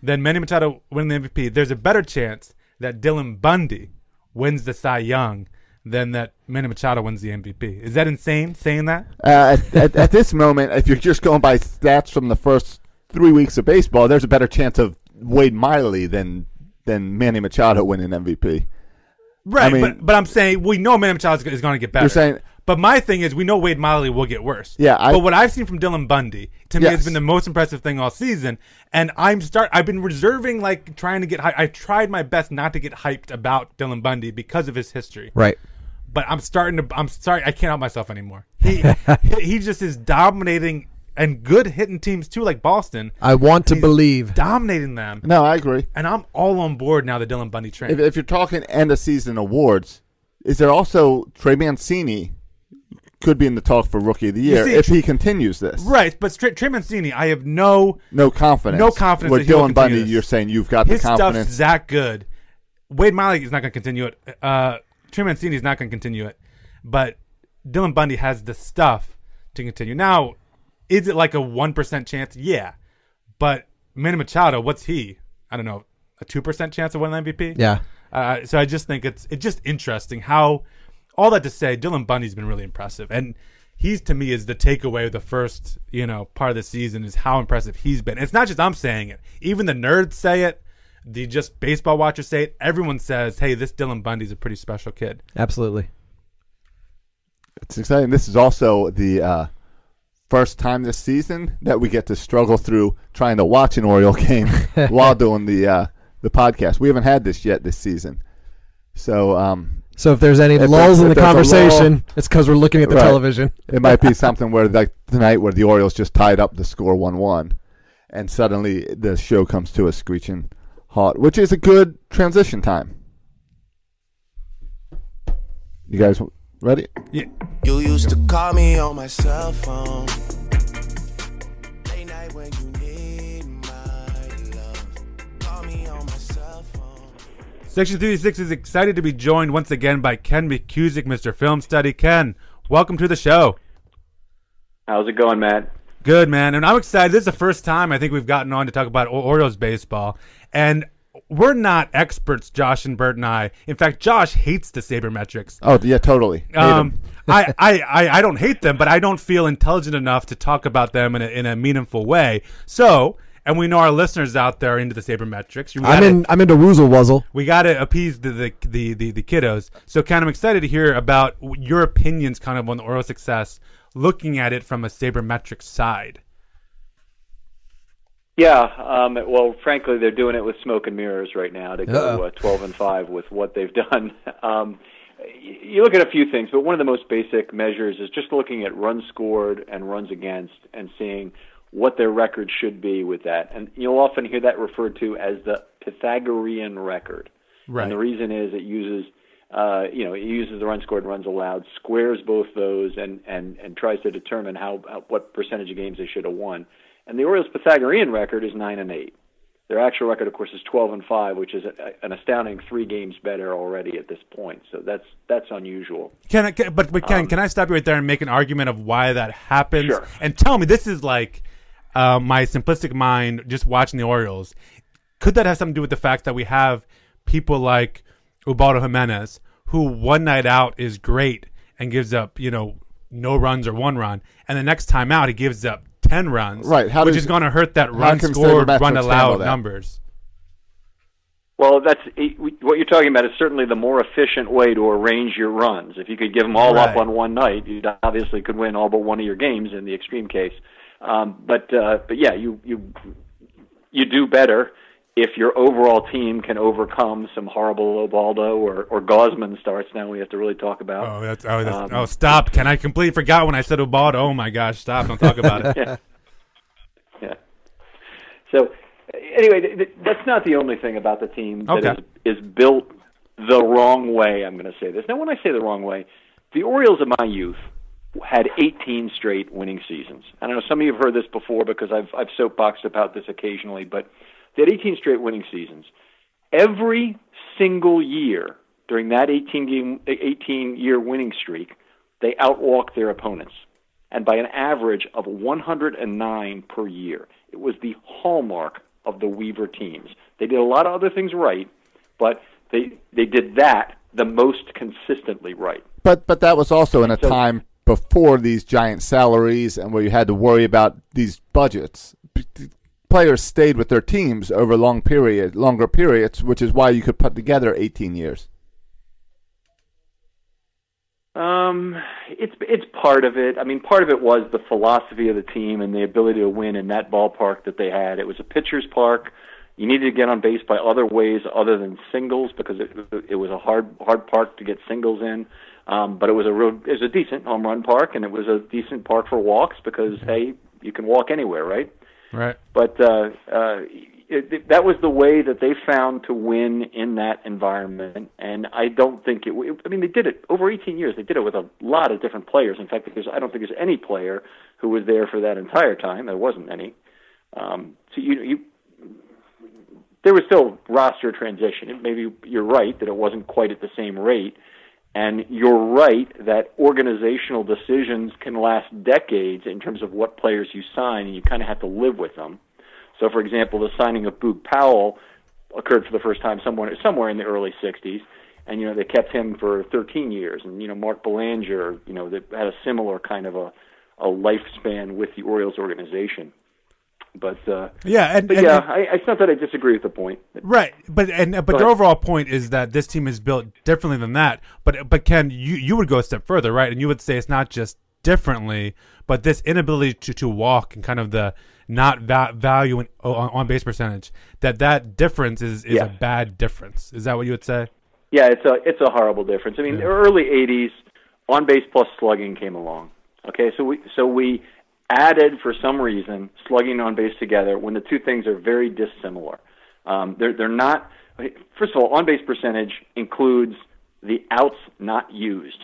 Speaker 3: than Manny Machado winning the MVP. There's a better chance that Dylan Bundy wins the Cy Young than that Manny Machado wins the MVP. Is that insane saying that?
Speaker 1: Uh, at, at, at this moment, if you're just going by stats from the first three weeks of baseball, there's a better chance of Wade Miley than than Manny Machado winning MVP.
Speaker 3: Right,
Speaker 1: I mean-
Speaker 3: but, but I'm saying we know Manny Machado is going to get better.
Speaker 1: You're saying-
Speaker 3: but my thing is we know Wade Miley will get worse.
Speaker 1: Yeah, I-
Speaker 3: but what I've seen from Dylan Bundy to me
Speaker 1: Yes.
Speaker 3: has been the most impressive thing all season, and I'm start. I've been reserving like trying to get. hy- I tried my best not to get hyped about Dylan Bundy because of his history.
Speaker 5: Right.
Speaker 3: But I'm starting to. I'm sorry. I can't help myself anymore.
Speaker 1: [laughs]
Speaker 3: He he- he just is dominating and good hitting teams too, like Boston.
Speaker 5: I want to
Speaker 3: He's
Speaker 5: believe.
Speaker 3: dominating them,
Speaker 1: No, I agree.
Speaker 3: and I'm all on board now. The Dylan Bundy train.
Speaker 1: If, if you're talking end of season awards, is there also Trey Mancini could be in the talk for Rookie of the Year
Speaker 3: see-
Speaker 1: if he continues this?
Speaker 3: Right, but Trey, Trey Mancini, I have no
Speaker 1: No confidence.
Speaker 3: No confidence
Speaker 1: With
Speaker 3: that he will
Speaker 1: Dylan
Speaker 3: continue
Speaker 1: Bundy,
Speaker 3: this.
Speaker 1: you're saying you've got
Speaker 3: his
Speaker 1: the
Speaker 3: stuff's
Speaker 1: confidence.
Speaker 3: that good. Wade Miley is not going to continue it. Uh, Trey Mancini's not going to continue it, but Dylan Bundy has the stuff to continue. Now, is it like a one percent chance? Yeah, but Manny Machado, what's he? I don't know, a two percent chance of winning MVP.
Speaker 5: Yeah.
Speaker 3: Uh, so I just think it's it's just interesting how all that to say Dylan Bundy's been really impressive and he's to me is the takeaway of the first you know part of the season is how impressive he's been. It's not just I'm saying it. Even the nerds say it. The just baseball watchers say it. Everyone says, "Hey, this Dylan Bundy's a pretty special kid."
Speaker 5: Absolutely.
Speaker 1: It's exciting. This is also the uh, first time this season that we get to struggle through trying to watch an Oriole game while doing the uh, the podcast. We haven't had this yet this season, so um,
Speaker 5: So if there's any
Speaker 1: If it's-
Speaker 5: lulls in
Speaker 1: if
Speaker 5: the
Speaker 1: there's a
Speaker 5: conversation, it's because we're looking at the
Speaker 1: Right.
Speaker 5: television.
Speaker 1: it might be something where like tonight where the Orioles just tied up the score one one, and suddenly the show comes to a screeching halt, which is a good transition time. You guys ready?
Speaker 3: Yeah.
Speaker 7: You used to call me on my cell phone. Late night when you need my love. Call me on my cell phone.
Speaker 3: Section 36 is excited to be joined once again by Ken McCusick, Mr. Film Study. Ken, welcome to the show.
Speaker 8: How's it going, Matt?
Speaker 3: Good man, and I'm excited. This is the first time I think we've gotten on to talk about O- Orioles baseball, and we're not experts, Josh and Bert and I. In fact, Josh hates the sabermetrics.
Speaker 1: Oh yeah, totally. Hate 'em.
Speaker 3: Um, [laughs] I, I, I, I don't hate them, but I don't feel intelligent enough to talk about them in a, in a meaningful way. So, and we know our listeners out there are into the sabermetrics. You
Speaker 5: I'm
Speaker 3: gotta-
Speaker 5: in. I'm into woozle wuzzle.
Speaker 3: we got to appease the the, the the the kiddos. So, kind of excited to hear about your opinions, kind of on the Orioles' success, looking at it from a sabermetric side.
Speaker 8: Yeah. Um, well, frankly, they're doing it with smoke and mirrors right now to
Speaker 5: Uh-oh.
Speaker 8: go uh, 12 and 5 with what they've [laughs] done. Um, y- you look at a few things, but one of the most basic measures is just looking at runs scored and runs against and seeing what their record should be with that. And you'll often hear that referred to as the Pythagorean record. And the reason is it uses, uh, you know, it uses the run scored and runs allowed, squares both those, and and and tries to determine how, how what percentage of games they should have won. And the Orioles' Pythagorean record is nine and eight. Their actual record, of course, is twelve and five, which is a, an astounding three games better already at this point. So that's that's unusual.
Speaker 3: Can I, can, but but
Speaker 1: Um,
Speaker 3: Ken, can I stop you right there and make an argument of why that happens?
Speaker 8: Sure.
Speaker 3: And tell me, this is like uh, my simplistic mind just watching the Orioles. Could that have something to do with the fact that we have people like Ubaldo Jimenez, who one night out is great and gives up, you know, no runs or one run, and the next time out he gives up ten runs,
Speaker 1: Right, how
Speaker 3: which
Speaker 1: does-
Speaker 3: is going to hurt that
Speaker 1: how
Speaker 3: run
Speaker 1: can
Speaker 3: scored,
Speaker 1: sabermetrics
Speaker 3: run
Speaker 1: handle
Speaker 3: allowed
Speaker 1: that?
Speaker 3: numbers.
Speaker 8: Well, that's what you're talking about is certainly the more efficient way to arrange your runs. If you could give them all up
Speaker 3: Right.
Speaker 8: on one night, you obviously could win all but one of your games in the extreme case. Um, but uh, but yeah, you you you do better if your overall team can overcome some horrible Obaldo or or Gosman starts. Now we have to really talk about.
Speaker 3: Oh, that's oh, that's,
Speaker 8: Um,
Speaker 3: oh stop! Can I completely forgot when I said Ubaldo? Oh my gosh, stop! Don't talk
Speaker 1: [laughs]
Speaker 3: about it.
Speaker 8: Yeah. So anyway, th- th- that's not the only thing about the team that is
Speaker 3: Okay.
Speaker 8: is built the wrong way. I'm going to say this. Now, when I say the wrong way, the Orioles of my youth had 18 straight winning seasons. I don't know. Some of you have heard this before because I've I've soapboxed about this occasionally, but they had 18 straight winning seasons. Every single year during that 18 game 18 year winning streak, they outwalked their opponents and by an average of 109 per year. It was the hallmark of the Weaver teams. They did a lot of other things right, but they they did that the most consistently right.
Speaker 1: But but that was also in a
Speaker 8: So-
Speaker 1: time before these giant salaries and where you had to worry about these budgets. P- t- Players stayed with their teams over long period, longer periods, which is why you could put together 18 years.
Speaker 8: Um, it's it's part of it. I mean, part of it was the philosophy of the team and the ability to win in that ballpark that they had. It was a pitcher's park. You needed to get on base by other ways other than singles because it it was a hard hard park to get singles in. Um, but it was a real it was a decent home run park and it was a decent park for walks because hey, you can walk anywhere, right?
Speaker 3: Right.
Speaker 8: but uh, uh, it, it, that was the way that they found to win in that environment. And I don't think it. I mean, they did it over 18 years. They did it with a lot of different players. In fact, there's, I don't think there's any player who was there for that entire time. There wasn't any. Um, so you, you, there was still roster transition. It- Maybe you're right that it wasn't quite at the same rate. And you're right that organizational decisions can last decades in terms of what players you sign, and you kind of have to live with them. So, for example, the signing of Boog Powell occurred for the first time somewhere somewhere in the early '60s, and you know they kept him for 13 years. And you know Mark Belanger, you know, that had a similar kind of a a lifespan with the Orioles organization. But uh,
Speaker 3: Yeah, and,
Speaker 8: but
Speaker 3: and-
Speaker 8: yeah, I, it's not that I disagree with the point.
Speaker 3: Right, but and but
Speaker 8: But-
Speaker 3: their overall point is that this team is built differently than that. But but Ken, you you would go a step further, right? And you would say it's not just differently, but this inability to, to walk and kind of the not va- value in, on, on base percentage that that difference is is
Speaker 8: Yeah.
Speaker 3: a bad difference. Is that what you would say?
Speaker 8: Yeah, it's a it's a horrible difference. I mean, the early '80s on base plus slugging came along. Okay, so we so we added for some reason slugging on base together when the two things are very dissimilar. Um, they're they're not. First of all, on base percentage includes the outs not used.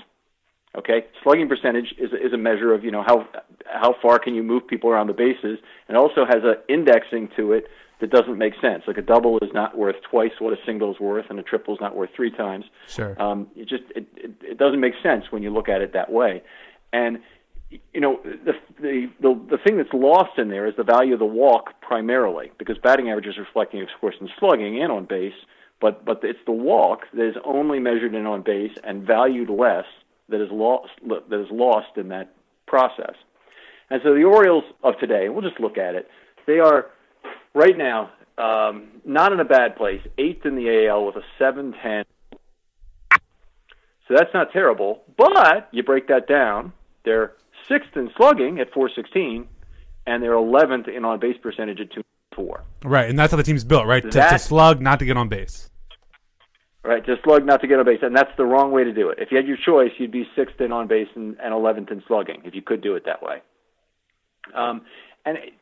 Speaker 8: Okay, slugging percentage is is a measure of you know how how far can you move people around the bases, and also has a indexing to it that doesn't make sense. Like a double is not worth twice what a single is worth, and a triple is not worth three times.
Speaker 3: Sure.
Speaker 8: Um, it just it, it it doesn't make sense when you look at it that way, and you know the, the the the thing that's lost in there is the value of the walk primarily because batting average is reflecting, of course, in slugging and on base, but but it's the walk that is only measured in on base and valued less that is lost that is lost in that process. And so the Orioles of today, we'll just look at it. They are right now um, not in a bad place, eighth in the AL with a seven ten. So that's not terrible, but you break that down, they're sixth in slugging at 416, and they're 11th in on base percentage at 2.4.
Speaker 3: Right, and that's how the team's built, right? To, to
Speaker 8: That-
Speaker 3: slug, not to get on base.
Speaker 8: Right, just slug not to get on base, and that's the wrong way to do it. If you had your choice, you'd be sixth in on base and eleventh in slugging if you could do it that way. Um, and it-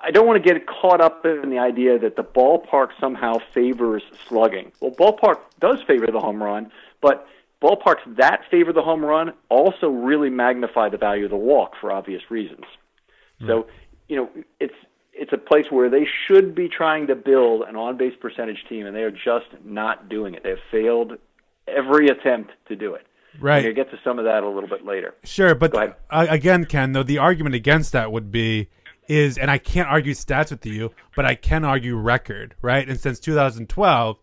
Speaker 8: I don't want to get caught up in the idea that the ballpark somehow favors slugging. Well, ballpark does favor the home run, but ballparks that favor the home run also really magnify the value of the walk for obvious reasons. So, you know, it's it's a place where they should be trying to build an on-base percentage team, and they are just not doing it. They have failed every attempt to do it.
Speaker 3: Right.
Speaker 8: We're gonna get to some of that a little bit later.
Speaker 3: Sure, but
Speaker 8: Go ahead.
Speaker 3: uh, again, Ken, though the argument against that would be is, and I can't argue stats with you, but I can argue record, right? And since 2012,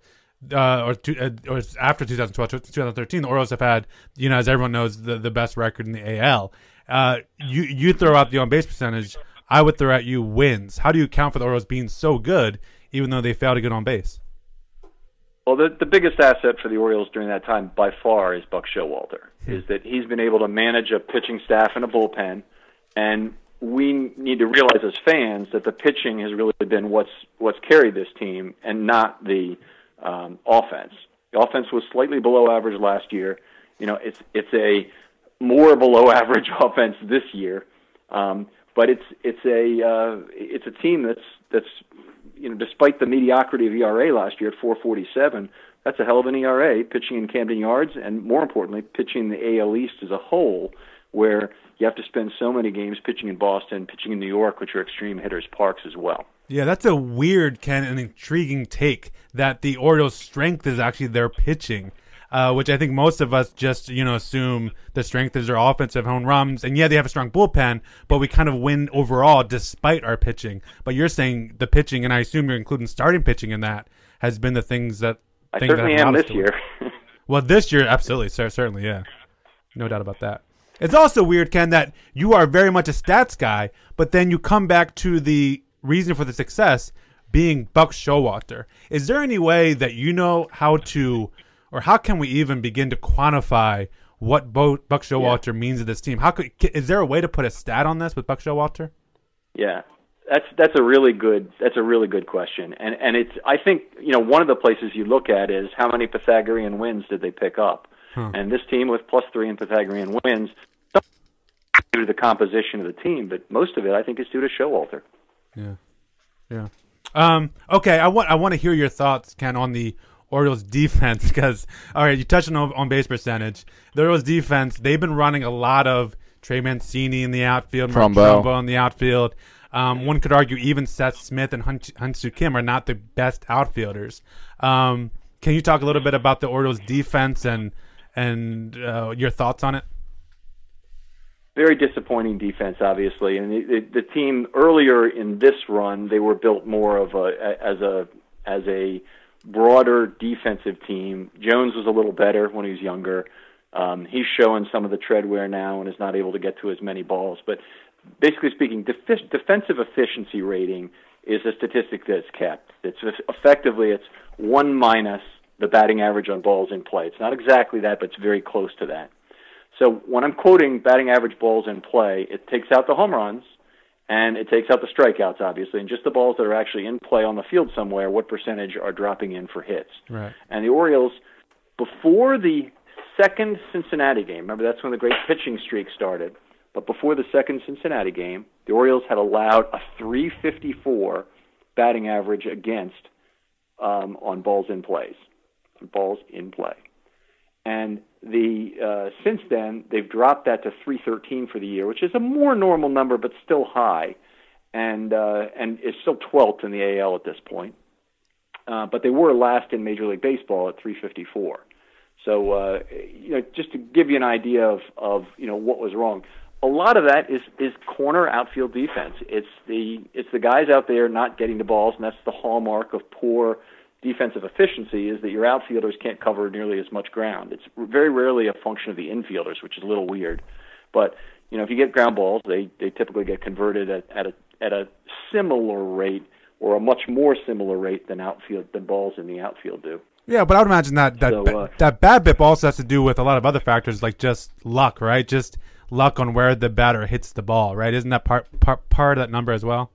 Speaker 3: uh, or two, uh, or after 2012, 2013, the Orioles have had, you know, as everyone knows, the, the best record in the AL. Uh, you you throw out the on base percentage, I would throw at you wins. How do you account for the Orioles being so good, even though they fail to get on base?
Speaker 8: Well, the, the biggest asset for the Orioles during that time by far is Buck Showalter. Is that he's been able to manage a pitching staff and a bullpen, and we need to realize as fans that the pitching has really been what's what's carried this team, and not the um, offense. The offense was slightly below average last year. You know, it's it's a more below [laughs] average offense this year, um, but it's it's a uh, it's a team that's that's you know, despite the mediocrity of ERA last year at 4.47, that's a hell of an ERA pitching in Camden Yards, and more importantly, pitching the AL East as a whole, where you have to spend so many games pitching in Boston, pitching in New York, which are extreme hitters' parks as well.
Speaker 3: Yeah, that's a weird, Ken, an intriguing take that the Orioles' strength is actually their pitching, uh, which I think most of us just you know assume the strength is their offensive home runs, and yeah, they have a strong bullpen, but we kind of win overall despite our pitching. But you're saying the pitching, and I assume you're including starting pitching in that, has been the things that
Speaker 8: I
Speaker 3: thing that
Speaker 8: certainly
Speaker 3: have
Speaker 8: am
Speaker 3: allowed us
Speaker 8: this
Speaker 3: to win.
Speaker 8: year.
Speaker 3: Well, this year, absolutely, sir, certainly, yeah, no doubt about that. It's also weird, Ken, that you are very much a stats guy, but then you come back to the reason for the success being Buck Showalter. Is there any way that you know how to, or how can we even begin to quantify what Bo- Buck Showalter means to this team? How could is there a way to put a stat on this with Buck Showalter?
Speaker 8: Yeah, that's that's a really good that's a really good question, and and it's I think you know one of the places you look at is how many Pythagorean wins did they pick up, and this team with plus three in Pythagorean wins, some due to the composition of the team, but most of it I think is due to Showalter.
Speaker 3: Yeah, yeah. Um, okay, I want I want to hear your thoughts, Ken, on the Orioles [laughs] defense because all right, you touched on on base percentage. The Orioles defense they've been running a lot of Trey Mancini in the outfield, Mark
Speaker 1: Trumbo.
Speaker 3: Trumbo in the outfield. Um, one could argue even Seth Smith and Hun- Hunsu Kim are not the best outfielders. Um, can you talk a little bit about the Orioles defense and and uh, your thoughts on it?
Speaker 8: very disappointing defense, obviously. And the, the, the team earlier in this run, they were built more of a as a as a broader defensive team. Jones was a little better when he was younger. Um, he's showing some of the treadwear now and is not able to get to as many balls. But basically speaking, defi- defensive efficiency rating is a statistic that's kept. It's just- effectively it's one minus the batting average on balls in play. It's not exactly that, but it's very close to that. So when I'm quoting batting average balls in play, it takes out the home runs and it takes out the strikeouts, obviously, and just the balls that are actually in play on the field somewhere, what percentage are dropping in for hits.
Speaker 3: Right.
Speaker 8: And the Orioles, before the second Cincinnati game, remember that's when the great pitching streak started, But before the second Cincinnati game, the Orioles had allowed a 354 batting average against um, on balls in plays, on balls in play. And the uh, since then they've dropped that to 313 for the year, which is a more normal number but still high, and uh, and is still 12th in the AL at this point. Uh, but they were last in Major League Baseball at 354. So uh, you know, just to give you an idea of, of you know what was wrong, a lot of that is is corner outfield defense. It's the it's the guys out there not getting the balls, and that's the hallmark of poor defensive efficiency is that your outfielders can't cover nearly as much ground. It's very rarely a function of the infielders, which is a little weird. But you know, if you get ground balls, they they typically get converted at, at a at a similar rate or a much more similar rate than outfield than balls in the outfield do.
Speaker 3: Yeah, but I would imagine that that
Speaker 8: So,
Speaker 3: ba-
Speaker 8: uh,
Speaker 3: that bad bip also has to do with a lot of other factors, like just luck, right? Just luck on where the batter hits the ball, right? Isn't that part part, part of that number as well?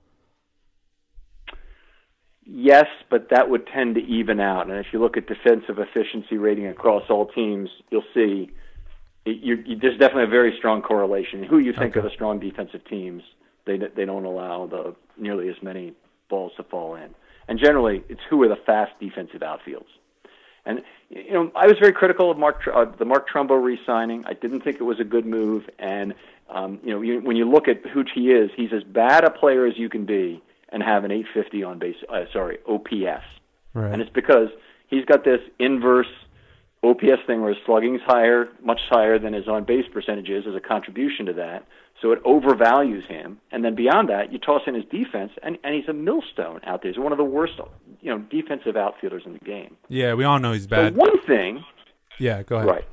Speaker 8: Yes, but that would tend to even out. And if you look at defensive efficiency rating across all teams, you'll see it, you, you, there's definitely a very strong correlation. Who you think are the strong defensive teams, they d- they don't allow the nearly as many balls to fall in. And generally, it's who are the fast defensive outfields. And you know, I was very critical of Mark Tr- uh, the Mark Trumbo re-signing. I didn't think it was a good move. And um, you know, you, when you look at who he is, he's as bad a player as you can be, and have an 850 on base. Uh, sorry, OPS. Right. And it's because he's got this inverse OPS thing where his slugging's higher, much higher than his on base percentage is, as a contribution to that. So it overvalues him. And then beyond that, you toss in his defense, and, and he's a millstone out there. He's one of the worst, you know, defensive outfielders in the game.
Speaker 3: Yeah, we all know he's
Speaker 8: So
Speaker 3: bad.
Speaker 8: one thing,
Speaker 3: yeah, go ahead.
Speaker 8: right?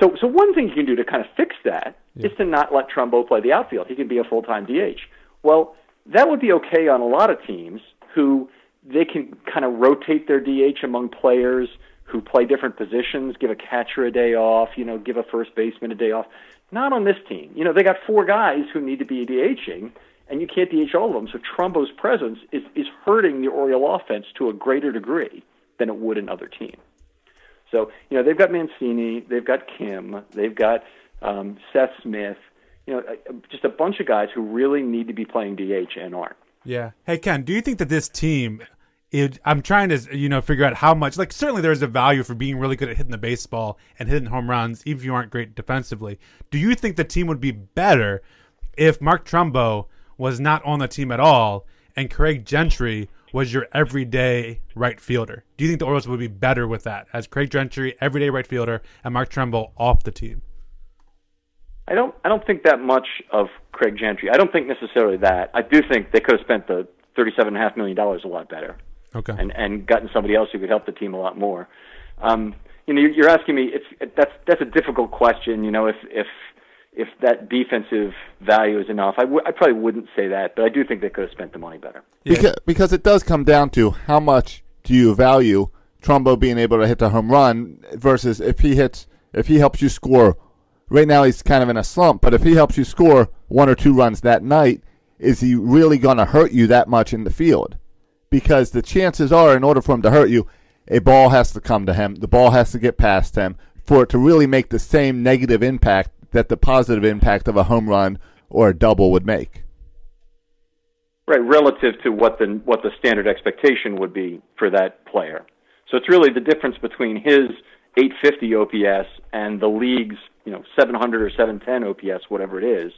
Speaker 8: So, so one thing you can do to kind of fix that is to not let Trumbo play the outfield. He can be a full-time DH. Well, that would be okay on a lot of teams who they can kind of rotate their DH among players who play different positions, give a catcher a day off, you know, give a first baseman a day off. Not on this team. You know, they got four guys who need to be DHing, and you can't DH all of them. So Trumbo's presence is, is hurting the Oriole offense to a greater degree than it would another team. So you know they've got Mancini, they've got Kim, they've got um, Seth Smith. You know, uh, just a bunch of guys who really need to be playing DH and aren't.
Speaker 3: Yeah. Hey Ken, do you think that this team? It, I'm trying to you know figure out how much like certainly there's a value for being really good at hitting the baseball and hitting home runs even if you aren't great defensively. Do you think the team would be better if Mark Trumbo was not on the team at all and Craig Gentry was your everyday right fielder? Do you think the Orioles would be better with that as Craig Gentry everyday right fielder and Mark Trumbo off the team?
Speaker 8: I don't. I don't think that much of Craig Gentry. I don't think necessarily that. I do think they could have spent the thirty-seven and a half million dollars a lot better,
Speaker 3: Okay.
Speaker 8: and and gotten somebody else who could help the team a lot more. Um, you know, you're- you're asking me. It's that's that's a difficult question. You know, if if if that defensive value is enough, I w- I probably wouldn't say that, but I do think they could have spent the money better.
Speaker 1: Because, because it does come down to how much do you value Trumbo being able to hit the home run versus if he hits if he helps you score. Right now he's kind of in a slump, but if he helps you score one or two runs that night, is he really going to hurt you that much in the field? Because the chances are, in order for him to hurt you, a ball has to come to him. The ball has to get past him for it to really make the same negative impact that the positive impact of a home run or a double would make.
Speaker 8: Right, relative to what the what the standard expectation would be for that player. So it's really the difference between his 850 OPS and the league's, you know, 700 or 710 OPS, whatever it is.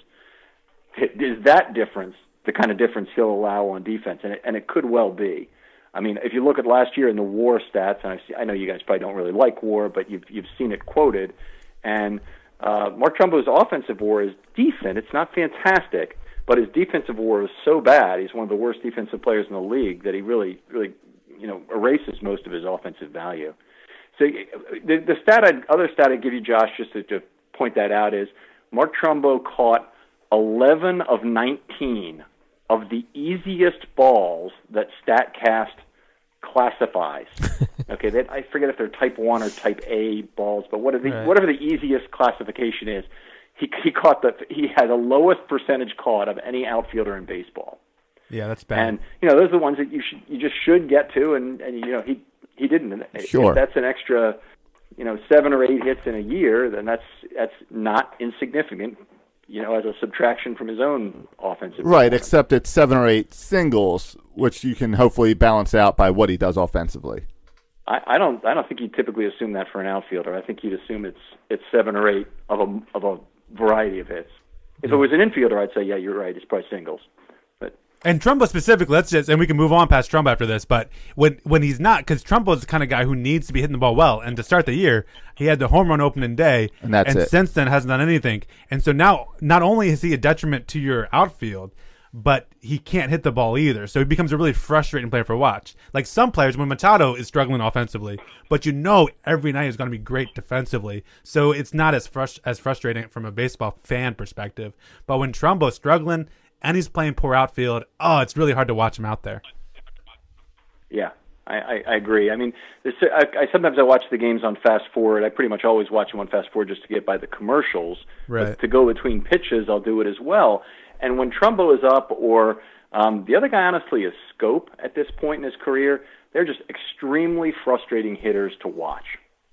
Speaker 8: Is that difference the kind of difference he'll allow on defense? And it, and it could well be. I mean, if you look at last year in the WAR stats, and I've seen, I know you guys probably don't really like WAR, but you've you've seen it quoted, and uh, Mark Trumbo's offensive WAR is decent. It's not fantastic, but his defensive WAR is so bad. He's one of the worst defensive players in the league that he really, really, you know, erases most of his offensive value. So uh, the, the stat, I'd, other stat I'd give you, Josh, just to, to point that out is Mark Trumbo caught 11 of 19 of the easiest balls that Statcast classifies. okay, that, I forget if they're Type One or Type A balls, but what are the, whatever the easiest classification is, he he caught the he had the lowest percentage caught of any outfielder in baseball.
Speaker 3: Yeah, that's bad.
Speaker 8: And you know, those are the ones that you should you just should get to, and and you know he he didn't. And if
Speaker 1: Sure.
Speaker 8: that's an extra, you know, seven or eight hits in a year, then that's that's not insignificant you know, as a subtraction from his own offensive.
Speaker 1: Right, except it's seven or eight singles, which you can hopefully balance out by what he does offensively.
Speaker 8: I, I don't. I don't think you typically assume that for an outfielder. I think you'd assume it's it's seven or eight of a of a variety of hits. If it
Speaker 1: Hmm.
Speaker 8: was an infielder, I'd say yeah, you're right. It's probably singles. But
Speaker 3: And Trumbo specifically, let's just, and we can move on past Trumbo after this, but when when he's not, because Trumbo is the kind of guy who needs to be hitting the ball well. And to start the year, he had the home run opening day,
Speaker 1: And that's it.
Speaker 3: since then hasn't done anything. And so now, not only is he a detriment to your outfield, but he can't hit the ball either. So he becomes a really frustrating player for watch. Like some players, when Machado is struggling offensively, but you know every night is going to be great defensively. So it's not as frust- as frustrating from a baseball fan perspective. But when Trumbo's struggling and he's playing poor outfield, oh, it's really hard to watch him out there.
Speaker 8: yeah, I, I, I agree. I mean, this, I, I sometimes I watch the games on fast forward. I pretty much always watch them on fast forward just to get by the commercials.
Speaker 3: Right.
Speaker 8: But to go between pitches, I'll do it as well. And when Trumbo is up, or um, the other guy, honestly, is Scope at this point in his career. They're just extremely frustrating hitters to watch.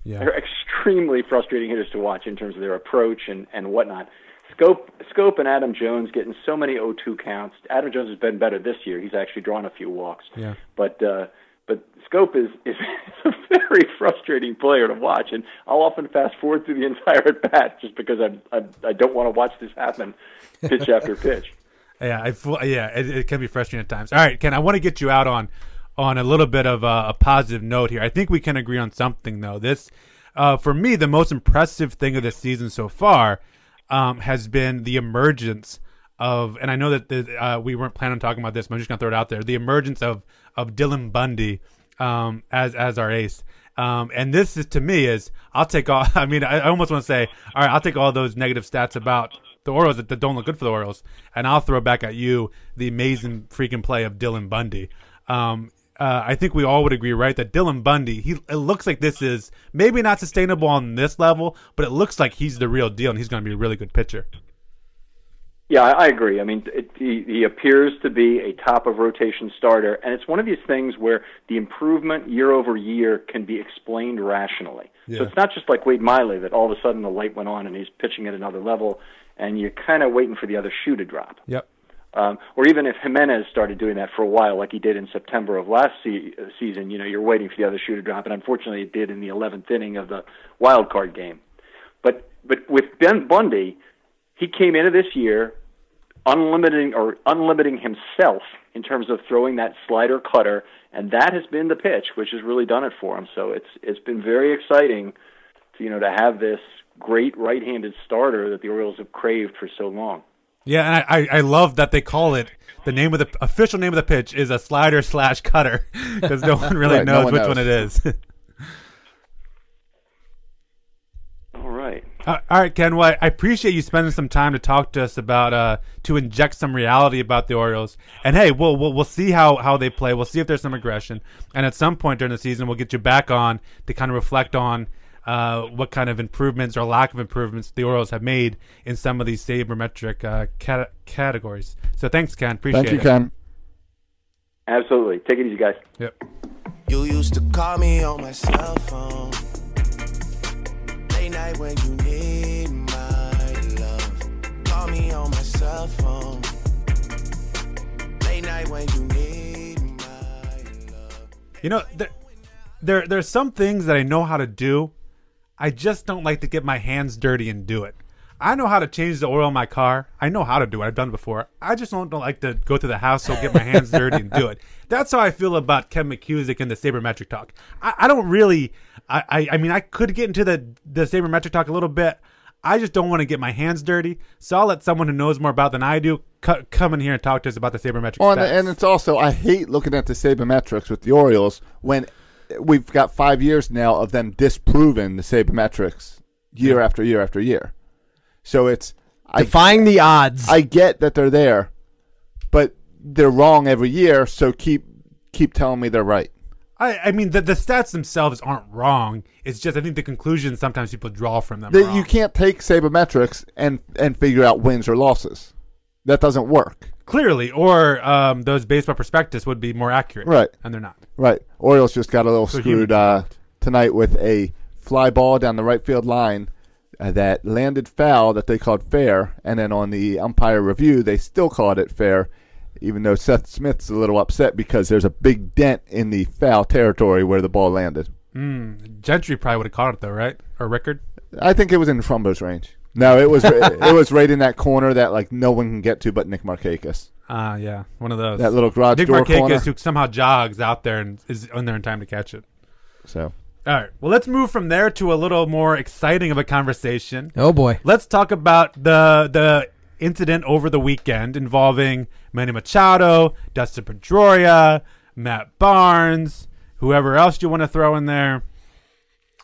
Speaker 3: Yeah.
Speaker 8: they're extremely frustrating hitters to watch in terms of their approach and, and whatnot. Scope, Scope and Adam Jones getting so many 0-2 counts. Adam Jones has been better this year. He's actually drawn a few walks.
Speaker 3: Yeah.
Speaker 8: But uh, but Scope is is [laughs] a very frustrating player to watch, and I'll often fast forward through the entire at bat just because I I, I don't want to watch this happen pitch after pitch.
Speaker 3: Yeah, I fu- yeah, it, it can be frustrating at times. All right, Ken, I want to get you out on on a little bit of a, a positive note here. I think we can agree on something though. This, uh, for me, the most impressive thing of the season so far um, has been the emergence of, and I know that the, uh, we weren't planning on talking about this, but I'm just gonna throw it out there: the emergence of of Dylan Bundy um, as as our ace. Um, and this is to me is I'll take all. [laughs] I mean, I, I almost want to say, all right, I'll take all those negative stats about the Orioles that, that don't look good for the Orioles, and I'll throw back at you the amazing freaking play of Dylan Bundy. Um, uh, I think we all would agree, right, that Dylan Bundy. He it looks like this is maybe not sustainable on this level, but it looks like he's the real deal, and he's going to be a really good pitcher.
Speaker 8: Yeah, I I agree. I mean, it, he, he appears to be a top of rotation starter, and it's one of these things where the improvement year over year can be explained rationally. So it's not just like Wade Miley that all of a sudden the light went on and he's pitching at another level, and you're kind of waiting for the other shoe to drop
Speaker 3: Yep.
Speaker 8: um, or even if Jimenez started doing that for a while, like he did in September of last se- uh, season, you know, you're waiting for the other shoe to drop, and unfortunately, it did in the 11th inning of the wild card game. But but with Ben Bundy, he came into this year unlimiting or unlimiting himself in terms of throwing that slider cutter, and that has been the pitch, which has really done it for him. So it's it's been very exciting, to, you know, to have this great right-handed starter that the Orioles have craved for so long.
Speaker 3: Yeah, and I, I, I love that they call it the name of the official name of the pitch is a slider slash cutter [laughs] because no one really
Speaker 1: Right, no
Speaker 3: knows
Speaker 1: one
Speaker 3: which
Speaker 1: knows.
Speaker 3: one it is. [laughs]
Speaker 8: All right.
Speaker 3: Uh, all right, Ken. Well, I appreciate you spending some time to talk to us about uh, to inject some reality about the Orioles. And hey, we'll we'll, we'll see how, how they play. We'll see if there's some aggression. And at some point during the season, we'll get you back on to kind of reflect on uh, what kind of improvements or lack of improvements the Orioles have made in some of these sabermetric uh, cat- categories. So thanks, Ken. Appreciate
Speaker 1: Thank you,
Speaker 3: it.
Speaker 1: Ken.
Speaker 8: Absolutely. Take it easy, guys.
Speaker 3: Yep.
Speaker 7: You used to call me on my cell phone. Late night when you need my love. Call me on my cell phone. Late night when you need my love.
Speaker 3: You know, there, there there's some things that I know how to do. I just don't like to get my hands dirty and do it. I know how to change the oil in my car. I know how to do it. I've done it before. I just don't, don't like to go through the house, so get my hands dirty
Speaker 1: [laughs]
Speaker 3: and do it. That's how I feel about Ken McCusick and the sabermetric talk. I, I don't really. I, I I mean, I could get into the the sabermetric talk a little bit. I just don't want to get my hands dirty, so I'll let someone who knows more about than I do co- come in here and talk to us about the sabermetric.
Speaker 1: Well, and,
Speaker 3: stats.
Speaker 1: and it's also I hate looking at the sabermetrics with the Orioles when we've got five years now of them disproving the sabermetrics year after year after year. So it's I
Speaker 5: Defying the odds.
Speaker 1: I get that they're there, but they're wrong every year. So keep keep telling me they're right.
Speaker 3: I, I mean, the, the stats themselves aren't wrong. It's just I think the conclusions sometimes people draw from them. are
Speaker 1: That
Speaker 3: wrong.
Speaker 1: you can't take sabermetrics and and figure out wins or losses. That doesn't work.
Speaker 3: clearly, or um, those baseball prospectus would be more accurate,
Speaker 1: Right.
Speaker 3: And they're not.
Speaker 1: Right. Orioles just got a little
Speaker 3: So
Speaker 1: screwed
Speaker 3: human
Speaker 1: uh, tonight with a fly ball down the right field line uh, that landed foul that they called fair, and then on the umpire review, they still called it fair, even though Seth Smith's a little upset because there's a big dent in the foul territory where the ball landed.
Speaker 3: Gentry probably would have caught it though, right? Or Rickard.
Speaker 1: I think it was in Trumbo's range. No,
Speaker 3: [laughs]
Speaker 1: it was it was right in that corner that like no one can get to but Nick Markakis.
Speaker 3: Ah, yeah, one of those.
Speaker 1: That little garage
Speaker 3: Dick
Speaker 1: door
Speaker 3: Markakis
Speaker 1: corner.
Speaker 3: who somehow jogs out there and is on there in time to catch it.
Speaker 1: So
Speaker 3: All right. Well, let's move from there to a little more exciting of a conversation.
Speaker 5: Oh boy.
Speaker 3: Let's talk about the the incident over the weekend involving Manny Machado, Dustin Pedroia, Matt Barnes, whoever else you want to throw in there.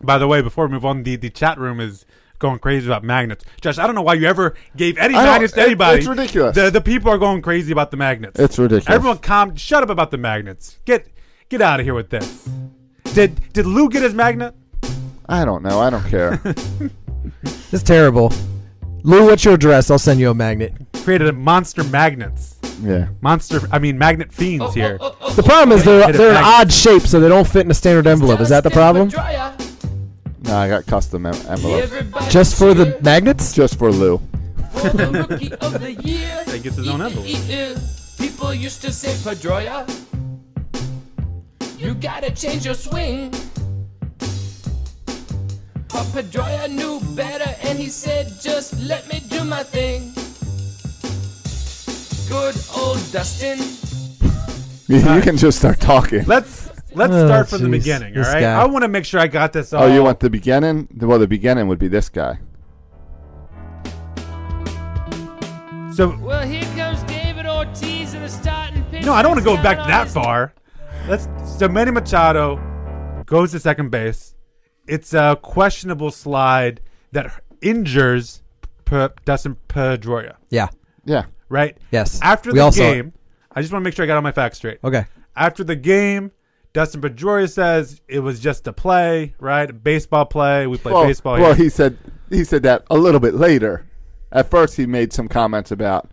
Speaker 3: By the way, before we move on, the, the chat room is going crazy about magnets. Josh, I don't know why you ever gave any
Speaker 1: I don't-
Speaker 3: magnets to
Speaker 1: it-
Speaker 3: anybody.
Speaker 1: it's ridiculous.
Speaker 3: The, the people are going crazy about the magnets.
Speaker 1: It's ridiculous.
Speaker 3: Everyone, calm. Shut up about the magnets. Get get out of here with this. Did did Lou get his magnet?
Speaker 1: I don't know. I don't
Speaker 3: [laughs]
Speaker 1: care.
Speaker 5: This is terrible. Lou, what's your address? I'll send you a magnet.
Speaker 3: Created a monster magnets.
Speaker 1: yeah.
Speaker 3: monster i mean magnet fiends here
Speaker 5: The problem is they're
Speaker 3: Hit a
Speaker 5: they're an
Speaker 3: magnet.
Speaker 5: odd shape, so they don't fit in a standard envelope. Is that the problem?
Speaker 1: No, I got custom en- envelopes
Speaker 5: Just for the magnets?
Speaker 1: just for Lou.
Speaker 4: rookie of
Speaker 5: [laughs]
Speaker 4: the year.
Speaker 3: He gets his own envelope.
Speaker 4: People used to say Pedroia. You gotta change your swing. But Pedroia knew better and he said, just let me do my thing. Good old Dustin.
Speaker 1: [laughs] You, you can just start talking.
Speaker 3: let's let's
Speaker 5: Oh,
Speaker 3: start from the
Speaker 5: jeez,
Speaker 3: beginning all
Speaker 5: this
Speaker 3: right
Speaker 5: guy.
Speaker 3: i want to make sure i got this all
Speaker 1: Oh, you want the beginning? Well, the beginning would be this guy.
Speaker 3: so
Speaker 4: Well, here comes David Ortiz in the starting pitch.
Speaker 3: no i don't want to go back that far let's so manny machado goes to second base it's a questionable slide that injures P- dustin pedroia
Speaker 5: Yeah.
Speaker 1: Yeah.
Speaker 3: right
Speaker 5: Yes.
Speaker 3: after
Speaker 5: We
Speaker 3: the
Speaker 5: all saw it.
Speaker 3: game i just want to make sure i got all my facts straight
Speaker 5: Okay.
Speaker 3: After the game, Dustin Pedroia says it was just a play, right? A baseball play. We play
Speaker 1: well,
Speaker 3: baseball
Speaker 1: well,
Speaker 3: here.
Speaker 1: he said he said that a little bit later. At first, he made some comments about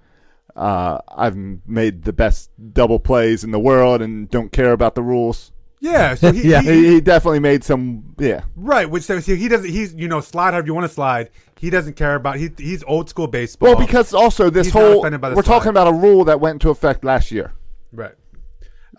Speaker 1: uh, I've made the best double plays in the world and don't care about the rules.
Speaker 3: yeah,
Speaker 5: [laughs]
Speaker 3: so he,
Speaker 5: Yeah.
Speaker 3: he-
Speaker 1: He, he definitely made some. Yeah,
Speaker 3: right. Which so he doesn't. He's you know slide however you want to slide. He doesn't care about. He, he's old school baseball.
Speaker 1: Well, because also this
Speaker 3: He's not
Speaker 1: whole
Speaker 3: offended by the
Speaker 1: we're
Speaker 3: slide.
Speaker 1: talking about a rule that went into effect last year.
Speaker 3: right.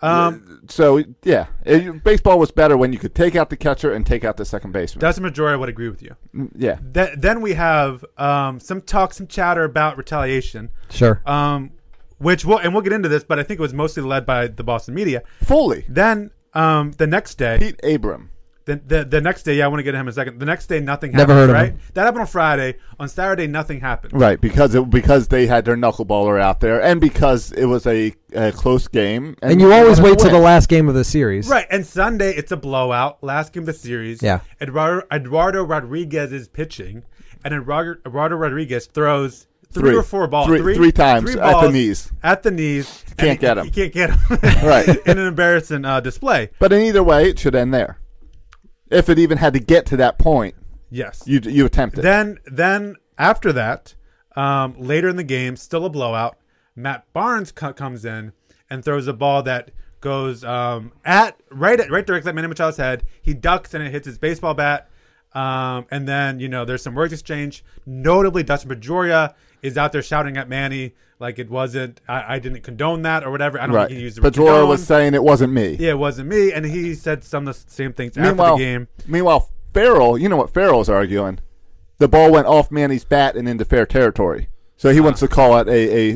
Speaker 3: Um,
Speaker 1: So yeah, it- baseball was better when you could take out the catcher and take out the second baseman.
Speaker 3: Dustin Pedroia would agree with you.
Speaker 1: yeah,
Speaker 3: Th- then we have um, some talk, some chatter about retaliation,
Speaker 5: Sure.
Speaker 3: um, which we'll and we'll get into this, but I think it was mostly led by the Boston media.
Speaker 1: fully.
Speaker 3: Then um, the next day,
Speaker 1: Pete Abram.
Speaker 3: The, the, the next day, yeah, I want to get to him in a second. The next day, nothing happened.
Speaker 5: Never heard of
Speaker 3: right?
Speaker 5: him.
Speaker 3: That happened on Friday. On Saturday, nothing happened.
Speaker 1: Right, because it, because they had their knuckleballer out there, and because it was a, a close game,
Speaker 5: And you
Speaker 1: they
Speaker 5: always
Speaker 1: wanted
Speaker 5: wait
Speaker 1: to
Speaker 5: till the
Speaker 1: win.
Speaker 5: last game of the series.
Speaker 3: Right, and Sunday, it's a blowout. Last game of the series.
Speaker 5: Yeah.
Speaker 3: Eduardo, Eduardo Rodriguez is pitching, and Eduardo, Eduardo Rodriguez throws three,
Speaker 1: Three.
Speaker 3: or four balls.
Speaker 1: Three- three times at the
Speaker 3: balls
Speaker 1: knees.
Speaker 3: At the knees. and
Speaker 1: Can't
Speaker 3: he-
Speaker 1: get 'em.
Speaker 3: He can't get him.
Speaker 1: Right.
Speaker 3: [laughs] in an embarrassing uh, display.
Speaker 1: But in either way, it should end there. If it even had to get to that point,
Speaker 3: Yes.
Speaker 1: you you attempt it.
Speaker 3: Then, then after that, um, later in the game, still a blowout. Matt Barnes co- comes in and throws a ball that goes um, at right at right directly at Manny Machado's head. He ducks and it hits his baseball bat. Um, and then you know there's some words exchange. Notably, Dustin Pedroia is out there shouting at Manny like it wasn't. I, I didn't condone that or whatever. I don't
Speaker 1: right,
Speaker 3: think he used the word
Speaker 1: Pedroia
Speaker 3: condone.
Speaker 1: was saying it wasn't me.
Speaker 3: "Yeah, it wasn't me," and he said some of the same things
Speaker 1: meanwhile,
Speaker 3: after the game.
Speaker 1: meanwhile, Farrell, you know what Farrell's arguing? The ball went off Manny's bat and into fair territory, so he wants to call it a,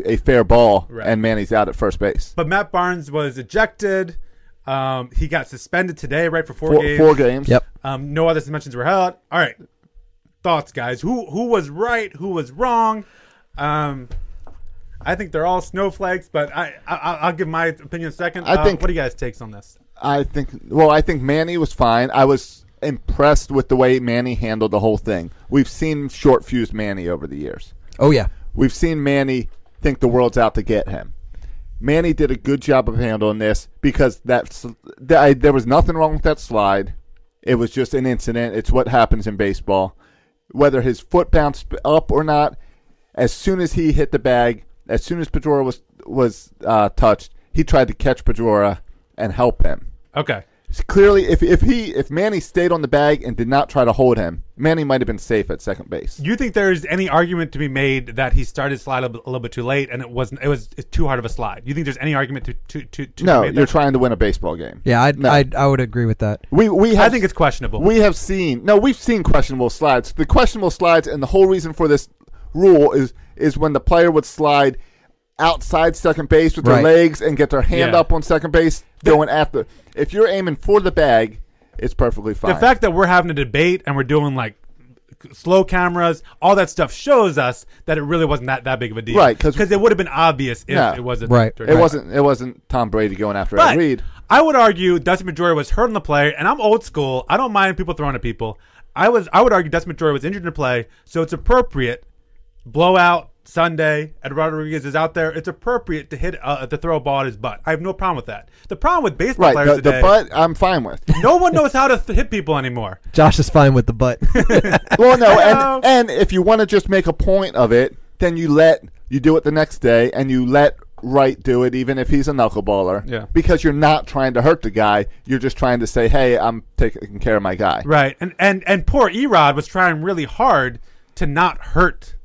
Speaker 1: a, a fair ball,
Speaker 3: Uh-huh. Right.
Speaker 1: and Manny's out at first base.
Speaker 3: But Matt Barnes was ejected. Um, he got suspended today, right for four,
Speaker 1: Four,
Speaker 3: games.
Speaker 1: four games.
Speaker 5: Yep.
Speaker 3: Um, no other suspensions were held. All right, thoughts, guys. Who who was right? Who was wrong? Um, I think they're all snowflakes, but I, I I'll I'll give my opinion in a second.
Speaker 1: I
Speaker 3: Uh,
Speaker 1: think-
Speaker 3: what do you guys takes on this?
Speaker 1: I think. Well, I think Manny was fine. I was impressed with the way Manny handled the whole thing. We've seen short fused Manny over the years.
Speaker 5: Oh yeah.
Speaker 1: We've seen Manny think the world's out to get him. Manny did a good job of handling this because that's that, I, there was nothing wrong with that slide. It was just an incident. It's what happens in baseball. Whether his foot bounced up or not, as soon as he hit the bag, as soon as Pedroia was was uh, touched, he tried to catch Pedroia and help him.
Speaker 3: Okay,
Speaker 1: Clearly, if if he if Manny stayed on the bag and did not try to hold him, Manny might have been safe at second base.
Speaker 3: Do you think there is any argument to be made that he started slide a, b- a little bit too late and it wasn't it was it's too hard of a slide? Do you think there's any argument to to to, to
Speaker 1: no,
Speaker 3: be made
Speaker 1: you're
Speaker 3: there?
Speaker 1: trying to win a baseball game.
Speaker 5: Yeah, I'd,
Speaker 1: No.
Speaker 5: I'd, I would agree with that.
Speaker 1: We we have,
Speaker 3: I think it's questionable.
Speaker 1: We have seen no, we've seen questionable slides. The questionable slides, and the whole reason for this rule is is when the player would slide outside second base with their
Speaker 5: Right.
Speaker 1: legs and get their hand
Speaker 3: Yeah.
Speaker 1: up on second base, going after. If you're aiming for the bag, it's perfectly fine.
Speaker 3: the fact that we're having a debate and we're doing like slow cameras, all that stuff shows us that it really wasn't that, that big of a deal.
Speaker 1: Right, 'cause-
Speaker 3: Because it would have been obvious if
Speaker 1: No.
Speaker 3: it wasn't.
Speaker 5: Right.
Speaker 1: it wasn't it wasn't Tom Brady going after Ed
Speaker 3: But
Speaker 1: Reed.
Speaker 3: I would argue Dustin Pedroia was hurt on the play, and I'm old school. I don't mind people throwing at people. I was I would argue Dustin Pedroia was injured in the play, so it's appropriate. Blowout Sunday, Ed Rodriguez is out there. It's appropriate to hit uh, to throw a ball at his butt. I have no problem with that. The problem with
Speaker 1: Right,
Speaker 3: baseball players
Speaker 1: the, the
Speaker 3: today,
Speaker 1: butt I'm fine with.
Speaker 3: no one knows how to th- hit people anymore.
Speaker 5: Josh is fine with
Speaker 3: [laughs]
Speaker 5: the butt.
Speaker 1: Well, no,
Speaker 3: Hello.
Speaker 1: and and if you want to just make a point of it, then you let you do it the next day, and you let Wright do it, even if he's a knuckleballer.
Speaker 3: Yeah.
Speaker 1: Because you're not trying to hurt the guy; you're just trying to say, "Hey, I'm taking care of my guy."
Speaker 3: Right, and and and poor Erod was trying really hard to not hurt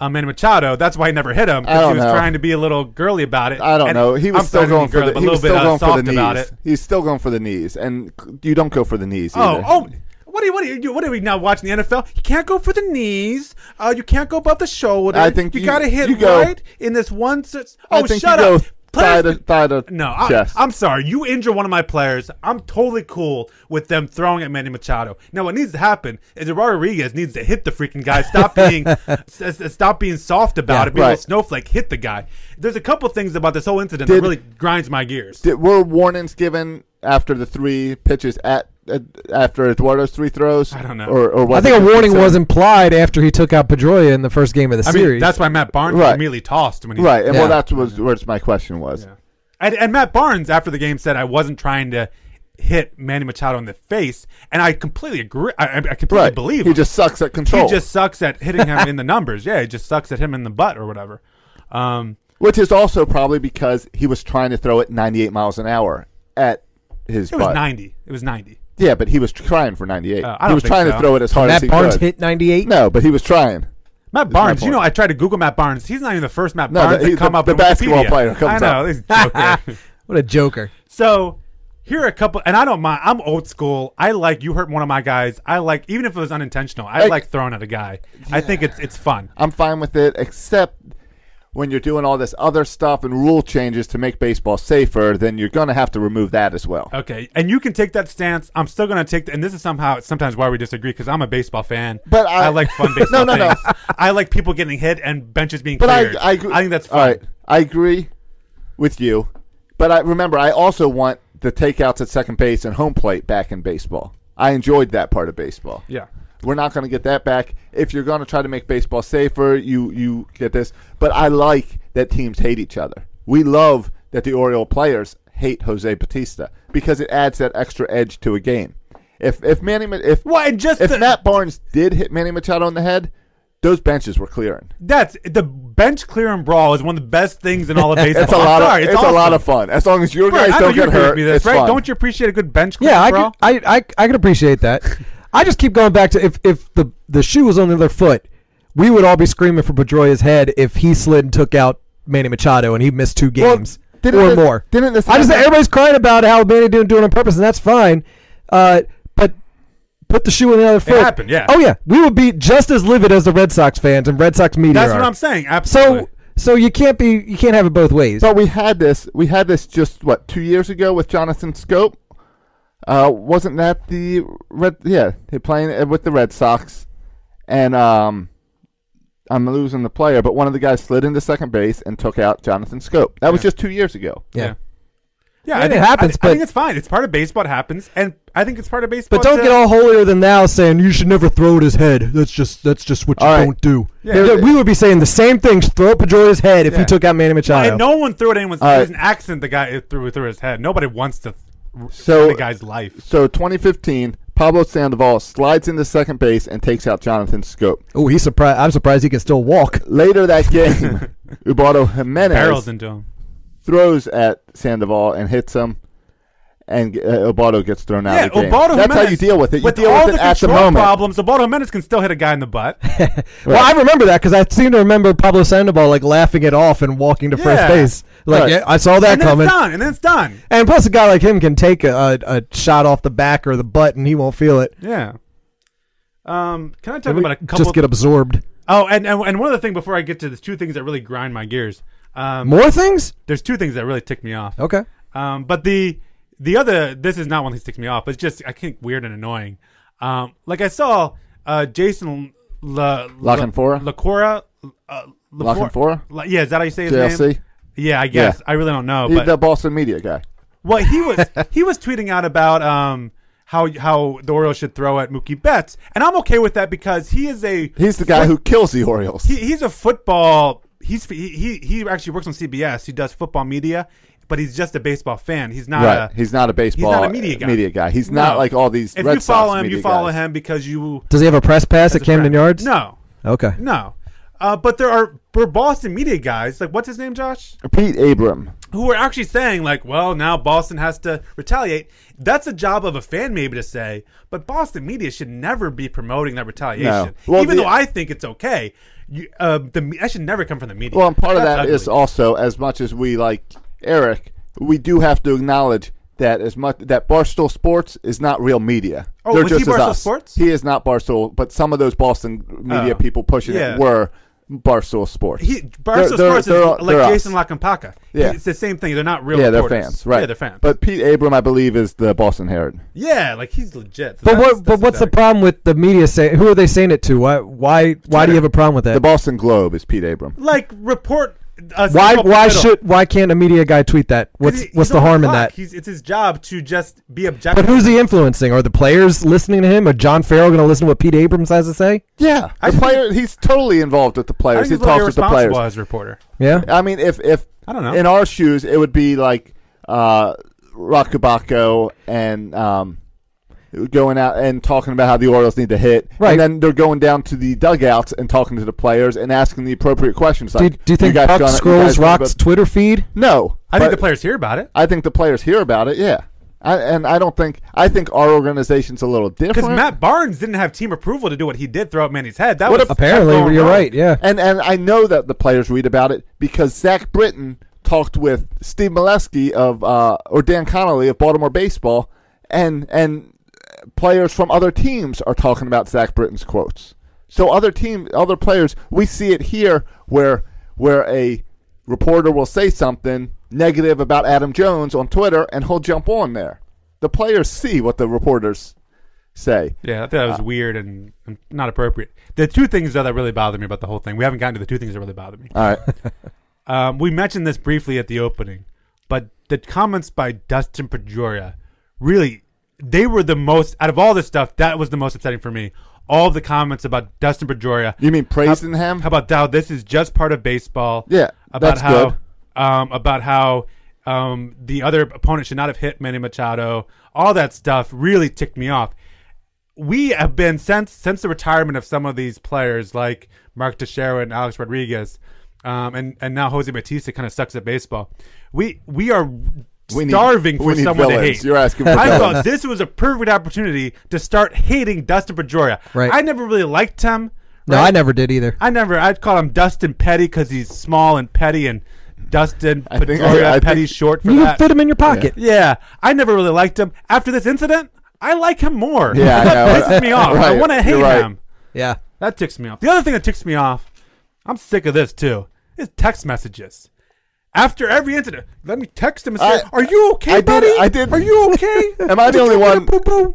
Speaker 3: uh, Manny Machado. That's why he never hit him. 'cause
Speaker 1: I don't
Speaker 3: he was
Speaker 1: know.
Speaker 3: trying to be a little girly about it.
Speaker 1: I don't
Speaker 3: And
Speaker 1: know. He was
Speaker 3: I'm
Speaker 1: still
Speaker 3: sorry to be
Speaker 1: going for
Speaker 3: girly,
Speaker 1: the
Speaker 3: but a
Speaker 1: he was still
Speaker 3: little bit, uh,
Speaker 1: going for
Speaker 3: soft
Speaker 1: the
Speaker 3: about
Speaker 1: knees.
Speaker 3: it.
Speaker 1: He's still going for the knees, and c- you don't go for the knees.
Speaker 3: Oh,
Speaker 1: either.
Speaker 3: oh, what are you, what are you, what are we now watching the NFL? You can't go for the knees. Uh, you can't go above the shoulder.
Speaker 1: I think
Speaker 3: you,
Speaker 1: you-
Speaker 3: got to hit
Speaker 1: you go-
Speaker 3: right in this one. s- s-
Speaker 1: I
Speaker 3: Oh,
Speaker 1: think
Speaker 3: shut
Speaker 1: you
Speaker 3: up.
Speaker 1: Go thigh
Speaker 3: Players-
Speaker 1: to, thigh to
Speaker 3: no, I,
Speaker 1: chest.
Speaker 3: I'm sorry. You injure one of my players. I'm totally cool with them throwing at Manny Machado. Now, what needs to happen is that Rodriguez needs to hit the freaking guy.
Speaker 1: [laughs]
Speaker 3: Stop being s- s- stop being soft about it. Be a
Speaker 1: right.
Speaker 3: little snowflake. Hit the guy. There's a couple things about this whole incident that
Speaker 1: Did-
Speaker 3: really grinds my gears.
Speaker 1: Did, were warnings given after the three pitches at, at after Eduardo's three throws? I
Speaker 3: don't know.
Speaker 1: Or, or
Speaker 5: I
Speaker 1: was
Speaker 5: think a
Speaker 1: it
Speaker 5: warning
Speaker 1: considered-
Speaker 5: was implied after he took out Pedroia in the first game of the
Speaker 3: I
Speaker 5: series.
Speaker 3: mean, that's why Matt Barnes was
Speaker 1: Right.
Speaker 3: immediately tossed when he
Speaker 1: Right, and
Speaker 5: Yeah.
Speaker 1: well, that's was where my question was.
Speaker 3: And, and Matt Barnes, after the game, said I wasn't trying to hit Manny Machado in the face, and I completely agree. I, I completely
Speaker 1: Right,
Speaker 3: believe
Speaker 1: he
Speaker 3: him.
Speaker 1: just sucks at
Speaker 3: he
Speaker 1: control,
Speaker 3: just sucks at hitting him in the numbers. Yeah, he just sucks at him in the butt or whatever. Um,
Speaker 1: which is also probably because he was trying to throw it 98 miles an hour at his
Speaker 3: it was
Speaker 1: butt.
Speaker 3: ninety. It was ninety.
Speaker 1: Yeah, but he was trying for 98.
Speaker 3: Uh, I
Speaker 1: he
Speaker 3: don't
Speaker 1: was
Speaker 3: think
Speaker 1: trying
Speaker 3: so.
Speaker 1: to throw it as hard as
Speaker 5: Matt
Speaker 1: he
Speaker 5: Barnes
Speaker 1: could.
Speaker 5: hit 98.
Speaker 1: No, but he was trying.
Speaker 3: Matt Barnes, you know,
Speaker 1: point.
Speaker 3: I tried to Google Matt Barnes. He's not even the first Matt
Speaker 1: No,
Speaker 3: Barnes
Speaker 1: the-
Speaker 3: to
Speaker 1: he's
Speaker 3: come
Speaker 1: the-
Speaker 3: up.
Speaker 1: the
Speaker 3: in
Speaker 1: basketball
Speaker 3: Wikipedia.
Speaker 1: player comes
Speaker 3: I
Speaker 1: up.
Speaker 3: know. he's joking.
Speaker 1: [laughs]
Speaker 5: What a joker.
Speaker 3: So here are a couple, and I don't mind. I'm old school. I like you hurt one of my guys. I like even if it was unintentional. I
Speaker 1: Like-
Speaker 3: like throwing at a guy. I think it's it's fun.
Speaker 1: I'm fine with it, except when you're doing all this other stuff and rule changes to make baseball safer, then you're going to have to remove that as well.
Speaker 3: Okay, and you can take that stance. I'm still going to take, the, and this is somehow sometimes why we disagree because I'm a baseball fan.
Speaker 1: But I-
Speaker 3: like fun baseball.
Speaker 1: [laughs] No, no, no.
Speaker 3: things. I like people getting hit and benches being
Speaker 1: But
Speaker 3: cleared.
Speaker 1: I, I, agree-
Speaker 3: think that's
Speaker 1: all
Speaker 3: fun.
Speaker 1: right. I agree with you, but I remember I also want the takeouts at second base and home plate back in baseball. I enjoyed that part of baseball.
Speaker 3: Yeah.
Speaker 1: we're not going to get that back. If you're going to try to make baseball safer, you you get this. But I like that teams hate each other. We love that the Oriole players hate Jose Batista because it adds that extra edge to a game. If if Manny Ma- if
Speaker 3: Well, and just
Speaker 1: if
Speaker 3: the-
Speaker 1: Matt Barnes did hit Manny Machado on the head, those benches were clearing.
Speaker 3: That's the bench clear and brawl is one of the best things in all of
Speaker 1: [laughs]
Speaker 3: baseball.
Speaker 1: It's a
Speaker 3: I'm
Speaker 1: lot.
Speaker 3: sorry,
Speaker 1: of,
Speaker 3: it's
Speaker 1: it's a lot
Speaker 3: awesome.
Speaker 1: of fun. As long as your
Speaker 3: Bert, I
Speaker 1: guys
Speaker 3: know
Speaker 1: don't
Speaker 3: you
Speaker 1: get
Speaker 3: agree with
Speaker 1: hurt,
Speaker 3: me this,
Speaker 1: it's
Speaker 3: right?
Speaker 1: fun.
Speaker 3: Don't you appreciate a good bench clear
Speaker 5: Yeah, I
Speaker 3: and brawl?
Speaker 5: could, I, I I could
Speaker 1: [laughs]
Speaker 5: appreciate that. I just keep going back to if if the the shoe was on the other foot, we would all be screaming for Pedroia's head if he slid and took out Manny Machado and he missed two games
Speaker 1: didn't
Speaker 5: or
Speaker 1: this-
Speaker 5: more.
Speaker 1: didn't this
Speaker 5: I just
Speaker 1: happen-
Speaker 5: everybody's crying about how Manny didn't do it on purpose, and that's fine. Uh, but put the shoe on the other foot.
Speaker 3: happened, yeah.
Speaker 5: Oh yeah, we would be just as livid as the Red Sox fans and Red Sox media.
Speaker 3: That's
Speaker 5: are.
Speaker 3: what I'm saying. Absolutely.
Speaker 5: So so you can't be you can't have it both ways.
Speaker 1: But we had this. We had this just what two years ago with Jonathan Scope. Uh, wasn't that the red? Yeah, he playing it with the Red Sox, and um, I'm losing the player, but one of the guys slid into second base and took out Jonathan Scope. That was just two years ago.
Speaker 5: yeah.
Speaker 3: yeah,
Speaker 5: Yeah,
Speaker 3: I
Speaker 5: it
Speaker 3: think,
Speaker 5: happens,
Speaker 3: I, I think
Speaker 5: but-
Speaker 3: it's fine. It's part of baseball. It happens, and I think it's part of baseball.
Speaker 5: But don't
Speaker 3: to-
Speaker 5: get all holier than thou saying you should never throw at his head. That's just that's just what you
Speaker 1: All right.
Speaker 5: don't do.
Speaker 1: Yeah.
Speaker 5: Yeah, we would be saying the same things. Throw at Pedroia's head if he
Speaker 3: Yeah.
Speaker 5: took out Manny Machado.
Speaker 3: And no one threw it anyone's.
Speaker 1: right.
Speaker 3: It was an accident. The guy threw through his head. Nobody wants to th-
Speaker 1: So-
Speaker 3: end a guy's life.
Speaker 1: So 2015, Pablo Sandoval slides into second base and takes out Jonathan Scope.
Speaker 5: oh, he's surprised. I'm surprised he can still walk.
Speaker 1: Later that
Speaker 3: [laughs]
Speaker 1: game, Ubaldo Jimenez
Speaker 3: barrels into him.
Speaker 1: throws at Sandoval and hits him. and uh, Obato gets thrown out
Speaker 3: Yeah,
Speaker 1: of the game.
Speaker 3: Obaldo
Speaker 1: That's
Speaker 3: Jimenez,
Speaker 1: how you deal with it. You
Speaker 3: with
Speaker 1: deal
Speaker 3: all
Speaker 1: with it
Speaker 3: the
Speaker 1: at the
Speaker 3: control
Speaker 1: moment.
Speaker 3: problems, Obaldo Jimenez can still hit a guy in the butt.
Speaker 5: Well, I remember that because I seem to remember Pablo Sandoval like laughing it off and walking to
Speaker 3: Yeah.
Speaker 5: first base. Like
Speaker 1: Right.
Speaker 5: yeah, I saw that
Speaker 3: and then
Speaker 5: coming.
Speaker 3: it's done. And then it's done.
Speaker 5: And plus, a guy like him can take a, a, a shot off the back or the butt, and he won't feel it.
Speaker 3: Yeah. Um, can I talk
Speaker 5: We
Speaker 3: about a couple?
Speaker 5: just get absorbed.
Speaker 3: oh, and, and and one other thing before I get to this, two things that really grind my gears. Um,
Speaker 5: More things?
Speaker 3: there's two things that really tick me off.
Speaker 5: Okay.
Speaker 3: Um, but the the other this is not one that ticks me off. But it's just I think weird and annoying. Um, like I saw uh, Jason La
Speaker 1: Lockenfora?
Speaker 3: Lacora uh, Lafor-
Speaker 1: Lockenfora?
Speaker 3: La- yeah, is that how you say his
Speaker 1: JLC?
Speaker 3: name? Yeah, I guess
Speaker 1: Yeah.
Speaker 3: I really don't know.
Speaker 1: He's
Speaker 3: But
Speaker 1: the Boston media guy.
Speaker 3: well, he was [laughs] he was tweeting out about um how how the Orioles should throw at Mookie Betts, and I'm okay with that because he is a
Speaker 1: He's the guy who kills the Orioles.
Speaker 3: he, he's a football. He's he, he he actually works on CBS. He does football media, but he's just a baseball fan. uh, He's not.
Speaker 1: right.
Speaker 3: A,
Speaker 1: he's not a baseball
Speaker 3: not a media guy.
Speaker 1: He's not
Speaker 3: No.
Speaker 1: like all these
Speaker 3: If
Speaker 1: Red
Speaker 3: you follow
Speaker 1: Sox
Speaker 3: him, you
Speaker 1: media
Speaker 3: follow
Speaker 1: guys.
Speaker 3: him because you.
Speaker 5: Does he have a press pass at Camden Yards?
Speaker 3: No,
Speaker 5: Okay.
Speaker 3: no. Uh, but there are for Boston media guys like what's his name, Josh,
Speaker 1: Pete Abram.
Speaker 3: who are actually saying like, well, now Boston has to retaliate. That's a job of a fan maybe to say, but Boston media should never be promoting that retaliation.
Speaker 1: No. Well,
Speaker 3: Even
Speaker 1: the-
Speaker 3: though I think it's okay, you, uh, the me- that should never come from the media.
Speaker 1: Well, and part of
Speaker 3: That's
Speaker 1: that is
Speaker 3: ugly.
Speaker 1: also as much as we like Eric, we do have to acknowledge that as much that Barstool Sports is not real media.
Speaker 3: Oh,
Speaker 1: They're
Speaker 3: was
Speaker 1: just
Speaker 3: he
Speaker 1: as
Speaker 3: Barstool
Speaker 1: us.
Speaker 3: Sports?
Speaker 1: He is not Barstool, but some of those Boston media
Speaker 3: Oh,
Speaker 1: people pushing
Speaker 3: yeah.
Speaker 1: it were Barstool Sports.
Speaker 3: He,
Speaker 1: They're-
Speaker 3: Barstool
Speaker 1: they're-
Speaker 3: Sports
Speaker 1: they're-
Speaker 3: is
Speaker 1: they're
Speaker 3: like
Speaker 1: us.
Speaker 3: Jason Lacampaca.
Speaker 1: Yeah.
Speaker 3: It's the same thing. They're not real
Speaker 1: Yeah, they're
Speaker 3: reporters.
Speaker 1: fans, right?
Speaker 3: Yeah, they're fans.
Speaker 1: But Pete Abram, I believe, is the Boston Herald.
Speaker 3: yeah, like he's legit. So
Speaker 5: But
Speaker 3: that's-
Speaker 5: what? But
Speaker 3: that's
Speaker 5: what's the
Speaker 3: pathetic.
Speaker 5: problem with the media saying? Who are they saying it to? Why? Why? Why do you have a problem with
Speaker 1: The
Speaker 5: that?
Speaker 1: Boston Globe is Pete Abram.
Speaker 3: like report. A
Speaker 5: Why?
Speaker 3: single
Speaker 5: Why
Speaker 3: middle.
Speaker 5: should? Why can't a media guy tweet that? What's
Speaker 3: He-
Speaker 5: What's
Speaker 3: he's on
Speaker 5: the harm in
Speaker 3: clock.
Speaker 5: that?
Speaker 3: He's, it's his job to just be objective.
Speaker 5: But who's he influencing? Are the players listening to him? Are John Farrell going to listen to what Pete Abrams has to say?
Speaker 1: Yeah, the player. He's totally involved with the
Speaker 3: I
Speaker 1: players. He
Speaker 3: think he's a little
Speaker 1: talks with the
Speaker 3: irresponsible
Speaker 1: players.
Speaker 3: as a reporter.
Speaker 5: Yeah.
Speaker 1: I mean, if if
Speaker 3: I don't know.
Speaker 1: in our shoes, it would be like uh, Rakubako and um, going out and talking about how the Orioles need to hit,
Speaker 5: Right.
Speaker 1: And then they're going down to the dugouts and talking to the players and asking the appropriate questions.
Speaker 5: Do,
Speaker 1: like,
Speaker 5: do you think
Speaker 1: guys
Speaker 5: Buck
Speaker 1: gonna- you
Speaker 5: scrolls
Speaker 1: guys gonna-
Speaker 5: Rock's Twitter feed?
Speaker 1: No,
Speaker 3: I think
Speaker 1: but
Speaker 3: the players hear about it
Speaker 1: I think the players hear about it. Yeah, I, and I don't think I think our organization's a little
Speaker 3: because
Speaker 1: different.
Speaker 3: Matt Barnes didn't have team approval to do what he did throw at Manny's head. That
Speaker 1: What
Speaker 3: was
Speaker 1: if-
Speaker 5: Apparently,
Speaker 3: that's going
Speaker 5: you're
Speaker 3: wrong.
Speaker 5: right. Yeah.
Speaker 1: And and I know that the players read about it because Zach Britton talked with Steve Molesky of uh, or Dan Connolly of Baltimore baseball, and and players from other teams are talking about Zach Britton's quotes. So other team, other players, we see it here where where a reporter will say something negative about Adam Jones on Twitter, and he'll jump on there. The players see what the reporters say.
Speaker 3: Yeah, I thought that
Speaker 5: Uh,
Speaker 3: was weird and, and not appropriate. The two things though that really bother me about the whole thing. We haven't gotten to the two things that really bother me.
Speaker 1: All right,
Speaker 3: Um, we mentioned this briefly at the opening, but the comments by Dustin Pedroia really they were the most out of all this stuff. That was the most upsetting for me. All the comments about Dustin Pedroia.
Speaker 1: you mean praising him?
Speaker 3: How about Dow? This is just part of baseball.
Speaker 1: Yeah,
Speaker 3: About
Speaker 1: that's
Speaker 3: how
Speaker 1: good.
Speaker 3: Um, about how um, the other opponent should not have hit Manny Machado. All that stuff really ticked me off. We have been since since the retirement of some of these players like Mark Teixeira and Alex Rodriguez, um, and and now Jose Batista kind of sucks at baseball. We we are
Speaker 1: We need-
Speaker 3: starving
Speaker 1: we
Speaker 3: for
Speaker 1: need
Speaker 3: someone
Speaker 1: villains.
Speaker 3: to hate.
Speaker 1: You're asking for
Speaker 3: I
Speaker 1: villains.
Speaker 3: thought this was a perfect opportunity to start hating Dustin Pedroia.
Speaker 5: Right.
Speaker 3: I never really liked him.
Speaker 5: No,
Speaker 3: right?
Speaker 5: I never did either.
Speaker 3: I never. I'd call him Dustin Petty because he's small and petty, and Dustin
Speaker 1: I think-
Speaker 3: Pedroia
Speaker 1: I- I
Speaker 3: Petty
Speaker 1: think-
Speaker 3: short for
Speaker 5: You can
Speaker 3: that.
Speaker 5: fit him in your pocket.
Speaker 3: yeah, I never really liked him. After this incident, I like him more.
Speaker 1: Yeah, I know.
Speaker 3: [laughs] that
Speaker 1: [laughs]
Speaker 3: pisses me off. I
Speaker 1: Right,
Speaker 3: want to hate
Speaker 1: you're right.
Speaker 3: him.
Speaker 5: Yeah.
Speaker 3: That ticks me off. The other thing that ticks me off, I'm sick of this too. Is text messages. After every incident, let me text him and say,
Speaker 1: I-
Speaker 3: "Are you okay,
Speaker 1: I did-
Speaker 3: buddy?
Speaker 1: I did-
Speaker 3: Are you okay?
Speaker 1: [laughs] Am I the
Speaker 3: [laughs]
Speaker 1: only one?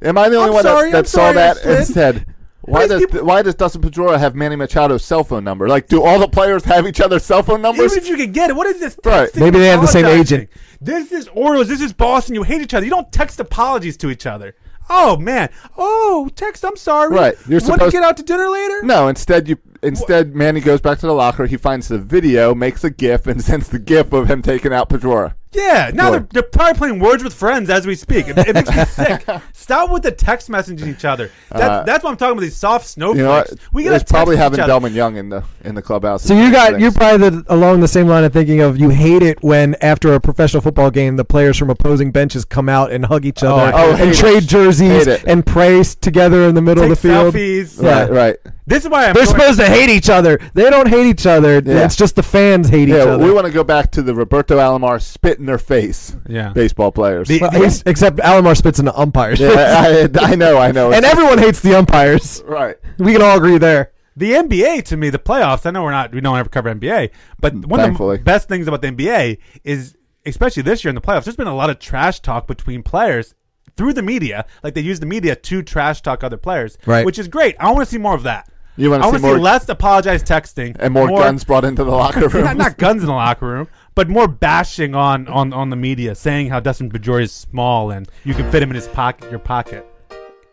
Speaker 1: Am I the only
Speaker 3: I'm
Speaker 1: one
Speaker 3: sorry,
Speaker 1: that,
Speaker 3: I'm
Speaker 1: that saw
Speaker 3: sorry,
Speaker 1: that
Speaker 3: I slid.
Speaker 1: and said, "Why
Speaker 3: Please
Speaker 1: does
Speaker 3: keep-
Speaker 1: why does Dustin Pedroia have Manny Machado's cell phone number? Like, do all the players have each other's cell phone numbers?
Speaker 3: Even if you could get it, what is this?
Speaker 1: Right.
Speaker 3: texting
Speaker 5: Maybe they have the same
Speaker 3: apologizing?
Speaker 5: agent.
Speaker 3: This is Orioles. This is Boston. You hate each other. You don't text apologies to each other. Oh man. Oh, text. I'm sorry.
Speaker 1: Right. You're
Speaker 3: Want to
Speaker 1: supposed-
Speaker 3: get out to dinner
Speaker 1: [laughs]
Speaker 3: later?
Speaker 1: No, instead you instead [laughs] Manny goes back to the locker. He finds the video, makes a GIF, and sends the GIF of him taking out Pedroia.
Speaker 3: Yeah, now
Speaker 1: Boy.
Speaker 3: they're, they're probably playing Words with Friends as we speak. It, it makes
Speaker 1: [laughs]
Speaker 3: me sick. Stop with the text messaging each other. That's, that's what I'm talking about. These soft snowflakes.
Speaker 1: Uh, You know what?
Speaker 3: We gotta
Speaker 1: There's
Speaker 3: text
Speaker 1: probably
Speaker 3: each
Speaker 1: having
Speaker 3: other.
Speaker 1: Dumb and Young in the in the clubhouse.
Speaker 5: So you got you're
Speaker 1: Thanks.
Speaker 5: probably the, along the same line of thinking of you hate it when after a professional football game the players from opposing benches come out and hug each
Speaker 1: I-
Speaker 5: other
Speaker 1: oh,
Speaker 5: and
Speaker 1: hate
Speaker 5: trade
Speaker 1: it.
Speaker 5: jerseys
Speaker 1: Hate it.
Speaker 5: and pray s- together in the middle
Speaker 3: Take
Speaker 5: of the field.
Speaker 3: selfies.
Speaker 5: Yeah.
Speaker 1: right, right.
Speaker 3: This is why I'm.
Speaker 5: They're
Speaker 3: going-
Speaker 5: supposed to hate each other. They don't hate each other.
Speaker 1: Yeah.
Speaker 5: It's just the fans hate each
Speaker 1: Yeah,
Speaker 5: other.
Speaker 1: we want to go back to the Roberto Alomar spit in their face.
Speaker 3: Yeah.
Speaker 1: baseball players.
Speaker 3: The-
Speaker 5: Well, he's- except Alomar spits into umpires.
Speaker 1: [laughs]
Speaker 5: [laughs]
Speaker 1: yeah, I, I know, I know.
Speaker 5: and everyone hates the umpires.
Speaker 1: right.
Speaker 5: We can all agree there.
Speaker 3: the NBA to me, the playoffs. I know we're not, we don't ever cover NBA, but one
Speaker 1: Thankfully.
Speaker 3: of the best things about the NBA is, especially this year in the playoffs, there's been a lot of trash talk between players through the media. Like they use the media to trash talk other players,
Speaker 5: Right.
Speaker 3: Which is great. I want to see more of that.
Speaker 1: You wanna
Speaker 3: I
Speaker 1: see
Speaker 3: wanna
Speaker 1: more-
Speaker 3: less apologized texting
Speaker 1: And more, guns brought into the locker room.
Speaker 3: [laughs] not, not guns in the locker room, but more bashing on, on, on the media, saying how Dustin Bajor is small and you can fit him in his pocket, your pocket.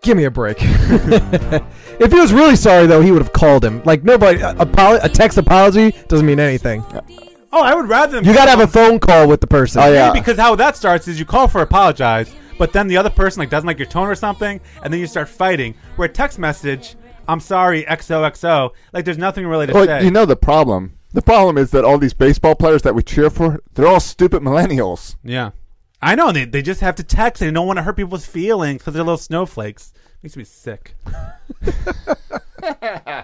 Speaker 5: Give me a break. [laughs] if he was really sorry, though, he would have called him. Like nobody, a, apolo- a text apology doesn't mean anything.
Speaker 3: Oh, I would rather them
Speaker 5: You got to have a phone call with the person.
Speaker 1: oh yeah.
Speaker 3: because how that starts is you call for apologize, but then the other person like doesn't like your tone or something, and then you start fighting. Where a text message, I'm sorry, XOXO, like there's nothing really to
Speaker 1: well,
Speaker 3: say.
Speaker 1: you know the problem. The problem is that all these baseball players that we cheer for, they're all stupid millennials.
Speaker 3: yeah, I know. and They they just have to text and they don't want to hurt people's feelings because they're little snowflakes. Makes me sick.
Speaker 1: Uh,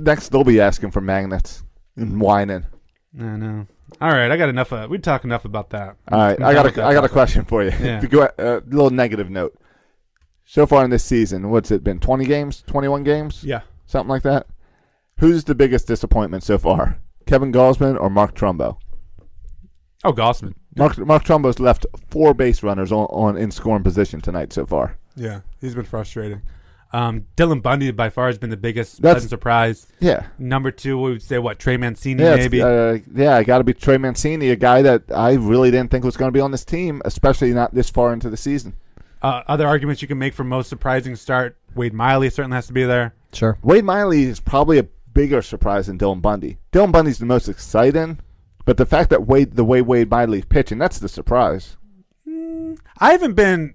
Speaker 1: next, they'll be asking for magnets and whining.
Speaker 3: I know. All right, I got enough. Of, we talk enough about that.
Speaker 1: All right,
Speaker 3: I'm
Speaker 1: I got
Speaker 3: done with Mm-hmm. that
Speaker 1: a, I got a
Speaker 3: topic.
Speaker 1: question for you.
Speaker 3: Yeah.
Speaker 1: If you [laughs] go- A little negative note. So far in this season, what's it been? Twenty games, twenty-one games,
Speaker 3: Yeah.
Speaker 1: something like that. Who's the biggest disappointment so far? Kevin Gausman or Mark Trumbo?
Speaker 3: Oh, Gossman.
Speaker 1: Mark Mark Trumbo's left four base runners on, on in scoring position tonight so far.
Speaker 3: Yeah, he's been frustrating. Um, Dylan Bundy by far has been the biggest
Speaker 1: That's-
Speaker 3: pleasant surprise.
Speaker 1: Yeah.
Speaker 3: Number two, we would say what Trey Mancini
Speaker 1: Yeah, it's-
Speaker 3: maybe.
Speaker 1: Uh, yeah, I got to be Trey Mancini, a guy that I really didn't think was going to be on this team, especially not this far into the season.
Speaker 3: Uh, other arguments you can make for most surprising start, Wade Miley certainly has to be there.
Speaker 5: Sure.
Speaker 1: Wade Miley is probably a bigger surprise than Dylan Bundy. Dylan Bundy's the most exciting, but the fact that Wade, the way Wade Miley's pitching, that's the surprise.
Speaker 3: I haven't been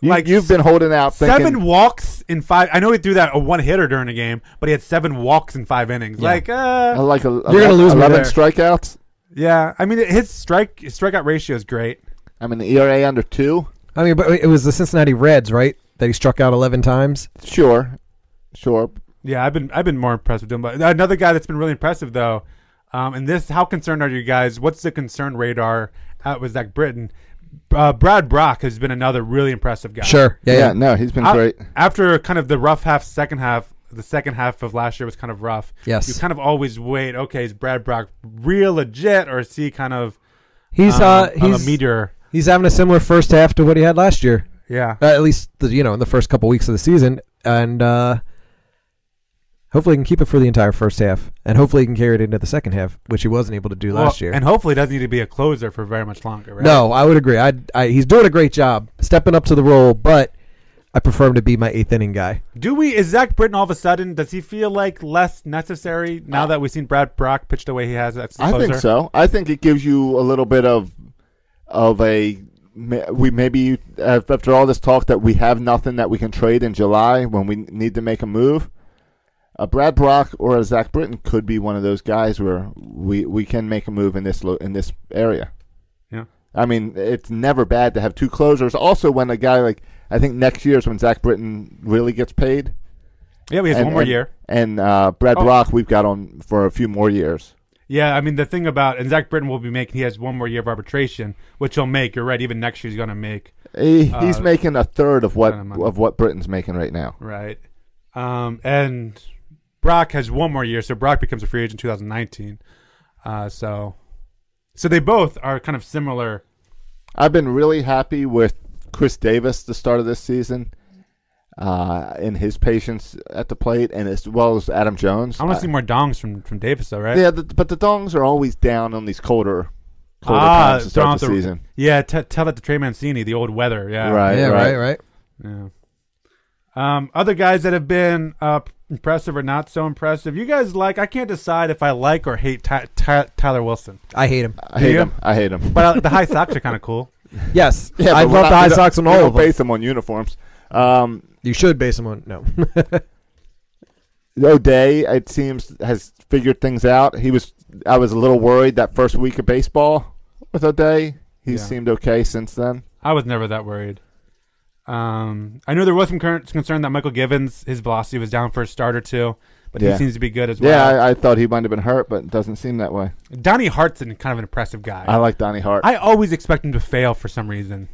Speaker 1: You,
Speaker 3: Like
Speaker 1: you've been holding out, thinking,
Speaker 3: seven walks in five. I know he threw that a one hitter during a game, but he had seven walks in five innings. Like,
Speaker 1: I
Speaker 3: uh,
Speaker 1: like a, you're
Speaker 5: gonna lose me
Speaker 1: eleven
Speaker 5: there.
Speaker 1: strikeouts.
Speaker 3: yeah. I mean, his strike his strikeout ratio is great.
Speaker 1: I mean, the ERA under two.
Speaker 5: I mean, but it was the Cincinnati Reds, right? That he struck out 11 times.
Speaker 1: Sure, sure.
Speaker 3: Yeah, I've been I've been more impressed with him. But another guy that's been really impressive though, um, and this how concerned are you guys? What's the concern radar out with Zach Britton? Uh, Brad Brock has been another really impressive guy.
Speaker 5: Sure. Yeah.
Speaker 1: Yeah,
Speaker 5: yeah.
Speaker 1: no, he's been
Speaker 3: Af-
Speaker 1: great.
Speaker 3: After kind of the rough half, second half, the second half of last year was kind of rough.
Speaker 5: Yes.
Speaker 3: You kind of always wait, okay, is Brad Brock real legit or is he kind of
Speaker 5: He's
Speaker 3: um,
Speaker 5: uh
Speaker 3: on
Speaker 5: he's
Speaker 3: a meteor?
Speaker 5: he's having a similar first half to what he had last year.
Speaker 3: Yeah.
Speaker 5: Uh, at least the, you know in the first couple weeks of the season, and uh, hopefully he can keep it for the entire first half, and hopefully he can carry it into the second half, which he wasn't able to do last
Speaker 3: Well,
Speaker 5: year.
Speaker 3: And hopefully doesn't need to be a closer for very much longer, right?
Speaker 5: No, I would agree. I, I he's doing a great job stepping up to the role, but I prefer him to be my eighth inning guy.
Speaker 3: Do we is Zach Britton all of a sudden does he feel like less necessary now that we've seen Brad Brock pitch the way he has as a
Speaker 1: I
Speaker 3: closer?
Speaker 1: think so. I think it gives you a little bit of of a ma- we maybe uh, after all this talk that we have nothing that we can trade in July when we need to make a move. A Brad Brock or a Zach Britton could be one of those guys where we, we can make a move in this lo- in this area.
Speaker 3: Yeah.
Speaker 1: I mean, it's never bad to have two closers. Also, when a guy like I think next year is when Zach Britton really gets paid.
Speaker 3: Yeah, we have one more year.
Speaker 1: And uh, Brad
Speaker 3: Oh.
Speaker 1: Brock, we've got on for a few more years.
Speaker 3: Yeah, I mean the thing about and Zach Britton will be making he has one more year of arbitration, which he'll make. You're right, even next year he's gonna make.
Speaker 1: He,
Speaker 3: Uh,
Speaker 1: he's making a third of what
Speaker 3: kind of money.
Speaker 1: of what Britain's making right now.
Speaker 3: Right. Um, and Brock has one more year, so Brock becomes a free agent in 2019. Uh, so, so they both are kind of similar.
Speaker 1: I've been really happy with Chris Davis the start of this season, uh, in his patience at the plate, and as well as Adam Jones.
Speaker 3: I want
Speaker 1: Uh,
Speaker 3: to see more dongs from from Davis, though, right?
Speaker 1: yeah, the, but the dongs are always down on these colder, colder
Speaker 5: Ah,
Speaker 1: times to
Speaker 3: thrown
Speaker 1: start
Speaker 3: out
Speaker 1: the, season.
Speaker 3: Ah, Yeah, t- tell that to Trey Mancini, the old weather. Yeah,
Speaker 1: Right,
Speaker 5: yeah,
Speaker 1: right.
Speaker 5: right, right.
Speaker 3: Yeah. Um, other guys that have been uh, impressive or not so impressive. You guys like I can't decide if I like or hate Ty- Ty- Tyler Wilson,
Speaker 5: I hate him.
Speaker 1: I hate
Speaker 3: you?
Speaker 1: him. I hate him.
Speaker 3: but uh, the high socks are kind of cool.
Speaker 5: Yes,
Speaker 1: Yeah,
Speaker 5: I
Speaker 1: but we're
Speaker 5: love
Speaker 1: not-
Speaker 5: the high
Speaker 1: we don't-
Speaker 5: socks on
Speaker 1: we
Speaker 5: all
Speaker 1: don't
Speaker 5: of them.
Speaker 1: Base them on uniforms. Um,
Speaker 5: You should base them on no. [laughs]
Speaker 1: O'Day, it seems, has figured things out. He was, I was a little worried that first week of baseball with O'Day. He
Speaker 3: Yeah.
Speaker 1: seemed okay since then.
Speaker 3: I was never that worried. Um, I know there was some current concern that Michael Givens his velocity was down for a start or two, but
Speaker 1: Yeah.
Speaker 3: he seems to be good as well.
Speaker 1: Yeah, I, I thought he might have been hurt, but it doesn't seem that way.
Speaker 3: Donnie Hart's an, kind of an impressive guy.
Speaker 1: I like Donnie Hart.
Speaker 3: I always expect him to fail for some reason,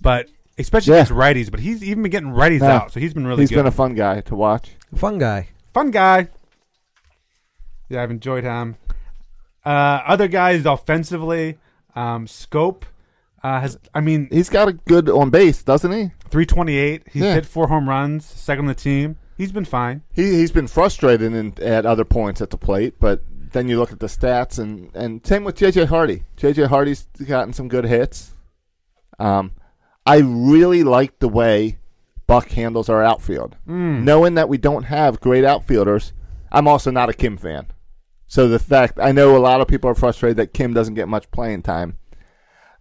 Speaker 3: but especially
Speaker 1: Yeah.
Speaker 3: against righties. But he's even been getting righties
Speaker 1: Yeah.
Speaker 3: out, so he's been really
Speaker 1: He's
Speaker 3: good.
Speaker 1: been a fun guy to watch.
Speaker 5: Fun guy.
Speaker 3: fun guy. Yeah, I've enjoyed him. Uh, other guys offensively, um, Scope uh, has. I mean,
Speaker 1: He's got a good on base, doesn't he?
Speaker 3: 328. He's
Speaker 1: Yeah.
Speaker 3: hit four home runs, second on the team. He's been fine.
Speaker 1: He he's been frustrated in, at other points at the plate, but then you look at the stats and and same with JJ Hardy. JJ Hardy's gotten some good hits. Um, I really like the way Buck handles our outfield, knowing that we don't have great outfielders. I'm also not a Kim fan, so the fact I know a lot of people are frustrated that Kim doesn't get much playing time.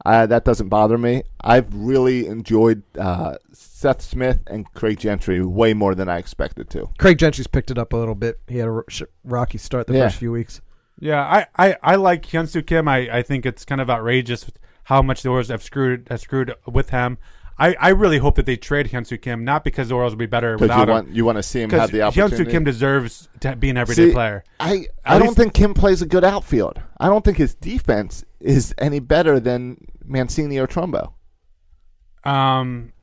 Speaker 1: Uh, that doesn't bother me. I've really enjoyed uh, Seth Smith and Craig Gentry way more than I expected to.
Speaker 5: Craig Gentry's picked it up a little bit. He had a ro- sh- rocky start the
Speaker 1: Yeah.
Speaker 5: first few weeks.
Speaker 3: Yeah, I, I, I like Hyunsoo Kim. I, I think it's kind of outrageous how much the Orioles have screwed have screwed with him. I, I really hope that they trade Hyunsoo Kim, not because the Orioles will be better
Speaker 1: Because
Speaker 3: without
Speaker 1: you
Speaker 3: him.
Speaker 1: want you want to see him
Speaker 3: Because
Speaker 1: have the opportunity.
Speaker 3: Hyunsoo Kim deserves to be an everyday
Speaker 1: See,
Speaker 3: player.
Speaker 1: I I don't
Speaker 3: least-
Speaker 1: think Kim plays a good outfield. I don't think his defense is any better than Mancini or Trumbo.
Speaker 3: Um,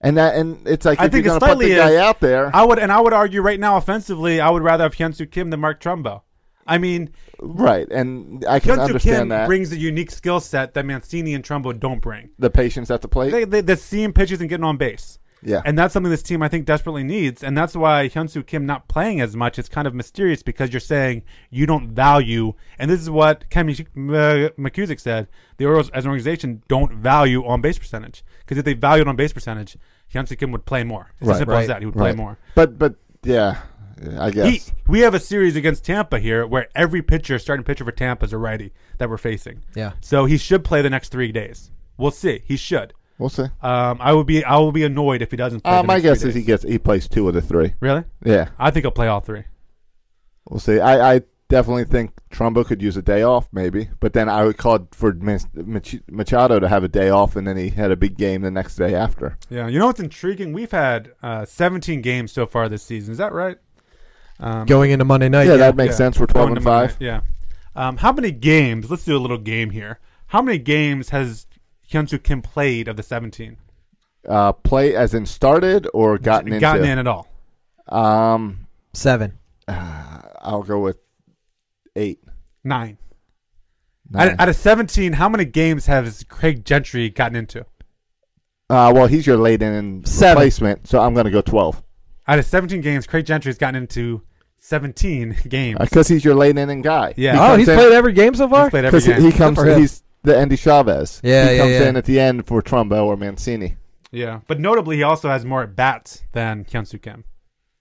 Speaker 1: And that and it's like
Speaker 3: I
Speaker 1: if
Speaker 3: think
Speaker 1: you're
Speaker 3: it's
Speaker 1: gonna put
Speaker 3: slightly
Speaker 1: the guy
Speaker 3: is-
Speaker 1: out there.
Speaker 3: I would, and I would argue right now, offensively, I would rather have Hyunsoo Kim than Mark Trumbo. I mean,
Speaker 1: right, and I can
Speaker 3: Hyunsoo
Speaker 1: understand
Speaker 3: Kim
Speaker 1: that
Speaker 3: brings a unique skill set that Mancini and Trumbo don't bring.
Speaker 1: the patience at the plate.
Speaker 3: They, they, they're seeing pitches and getting on base.
Speaker 1: yeah,
Speaker 3: And that's something this team I think desperately needs, and that's why Hyunsoo Kim not playing as much is kind of mysterious because you're saying you don't value, and this is what Ken Mc- uh, McCusick said: the Orioles as an organization don't value on base percentage because if they valued on base percentage, Hyunsoo Kim would play more. It's
Speaker 1: Right.
Speaker 3: as simple as
Speaker 5: Right.
Speaker 3: that; he would play
Speaker 1: Right.
Speaker 3: more.
Speaker 1: But but yeah, I
Speaker 3: He,
Speaker 1: guess
Speaker 3: we have a series against Tampa here where every pitcher, starting pitcher for Tampa, is a righty that we're facing.
Speaker 5: Yeah.
Speaker 3: So he should play the next three days. We'll see. He should.
Speaker 1: we'll see.
Speaker 3: Um, I would be I will be annoyed if he doesn't. play
Speaker 1: Uh,
Speaker 3: the
Speaker 1: my
Speaker 3: next three
Speaker 1: guess is
Speaker 3: days.
Speaker 1: he gets he plays two of the three.
Speaker 3: really.
Speaker 1: Yeah,
Speaker 3: I think he'll play all three.
Speaker 1: we'll see. I, I definitely think Trumbo could use a day off, maybe. But then I would call for Mas- Mach- Machado to have a day off, and then he had a big game the next day after.
Speaker 3: Yeah, you know what's intriguing? We've had uh, 17 games so far this season. Is that right?
Speaker 5: Going into Monday night,
Speaker 1: Yeah,
Speaker 5: yeah,
Speaker 1: that makes
Speaker 3: Yeah.
Speaker 1: sense. We're twelve
Speaker 3: Going
Speaker 1: and
Speaker 3: to Monday
Speaker 1: five.
Speaker 3: night, Yeah. Um, how many games? Let's do a little game here. How many games has Hyunsoo Kim played of the 17?
Speaker 1: Uh, play as in started or gotten into.
Speaker 3: Gotten in at all?
Speaker 1: Um,
Speaker 5: seven.
Speaker 1: I'll go with eight.
Speaker 3: Nine.
Speaker 1: Nine.
Speaker 3: Out, out of 17, how many games has Craig Gentry gotten into?
Speaker 1: uh, well, he's your late in
Speaker 5: Seven.
Speaker 1: replacement, so I'm going to go twelve
Speaker 3: Out of 17 games, Craig Gentry has gotten into 17 [laughs] games.
Speaker 1: because Uh, he's your late inning guy.
Speaker 3: Yeah. He
Speaker 5: Oh,
Speaker 1: comes
Speaker 5: he's
Speaker 1: in-
Speaker 5: played every game so far.
Speaker 3: He's played every
Speaker 1: 'cause he-
Speaker 3: game.
Speaker 1: he comes.
Speaker 5: for him.
Speaker 1: He's the Andy Chavez.
Speaker 5: Yeah,
Speaker 1: he
Speaker 5: yeah,
Speaker 1: comes
Speaker 5: yeah.
Speaker 1: in at the end for Trumbo or Mancini.
Speaker 3: Yeah, but notably, he also has more at bats than Hyunsoo Kim.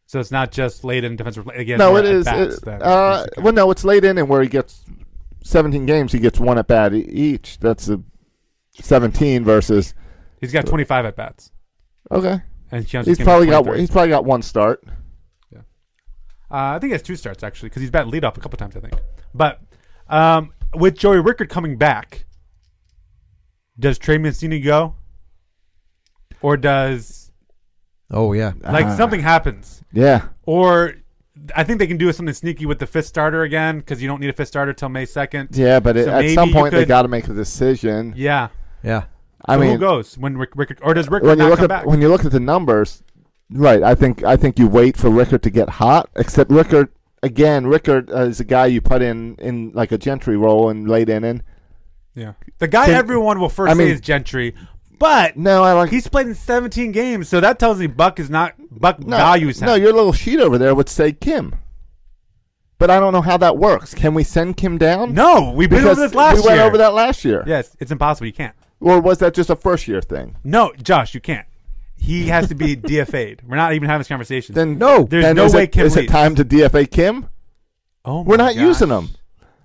Speaker 3: So it's not just late in defensive. Again,
Speaker 1: no,
Speaker 3: more
Speaker 1: it is.
Speaker 3: at-bats
Speaker 1: it-
Speaker 3: than
Speaker 1: uh,
Speaker 3: Hyunsoo Kim.
Speaker 1: well, no, it's late inning where he gets seventeen games. He gets one at bat e- each. That's a seventeen versus.
Speaker 3: He's got 25 at bats,
Speaker 1: Okay,
Speaker 3: and Hyunsoo
Speaker 1: he's
Speaker 3: Kim
Speaker 1: probably
Speaker 3: has
Speaker 1: got
Speaker 3: 23.
Speaker 1: he's probably got one start.
Speaker 3: Uh, I think he has two starts actually because he's batted leadoff a couple times, I think. But um, with Joey Rickard coming back, does Trey Mancini go, or does
Speaker 5: Oh yeah,
Speaker 3: like
Speaker 1: Uh.
Speaker 3: something happens,
Speaker 1: Yeah,
Speaker 3: or I think they can do something sneaky with the fifth starter again because you don't need a fifth starter till May second.
Speaker 1: Yeah, but it,
Speaker 3: So
Speaker 1: at
Speaker 3: maybe
Speaker 1: some
Speaker 3: you
Speaker 1: point they
Speaker 3: could-
Speaker 1: got to make a decision.
Speaker 3: Yeah,
Speaker 5: yeah.
Speaker 1: I
Speaker 3: So
Speaker 1: mean,
Speaker 3: who goes when Rick, Rickard or does Rickard
Speaker 1: when you
Speaker 3: not
Speaker 1: look
Speaker 3: come
Speaker 1: at
Speaker 3: back?
Speaker 1: when you look at the numbers, right? I think I think you wait for Rickard to get hot. Except Rickard again, Rickard uh, is a guy you put in in like a gentry role and late inning.
Speaker 3: yeah, the guy
Speaker 1: Can-
Speaker 3: everyone will first
Speaker 1: I mean-
Speaker 3: say is Gentry, but
Speaker 1: No, I like
Speaker 3: he's played in 17 games, so that tells me Buck is not Buck
Speaker 1: no,
Speaker 3: values him.
Speaker 1: No, your little sheet over there would say Kim, but I don't know how that works. Can we send Kim down?
Speaker 3: No, we've been
Speaker 1: because
Speaker 3: over this last
Speaker 1: we went
Speaker 3: year.
Speaker 1: over that last year.
Speaker 3: Yes, it's impossible. You can't.
Speaker 1: Or was that just a first year thing?
Speaker 3: No, Josh, you can't. He has
Speaker 1: [laughs]
Speaker 3: to be DFA'd. We're not even having this conversation.
Speaker 1: Then
Speaker 5: No,
Speaker 3: there's
Speaker 1: then
Speaker 3: no
Speaker 1: is
Speaker 3: way
Speaker 1: it,
Speaker 3: Kim
Speaker 1: is it
Speaker 3: leaves.
Speaker 1: time to DFA Kim?
Speaker 3: oh my
Speaker 1: We're not
Speaker 3: gosh.
Speaker 1: using them.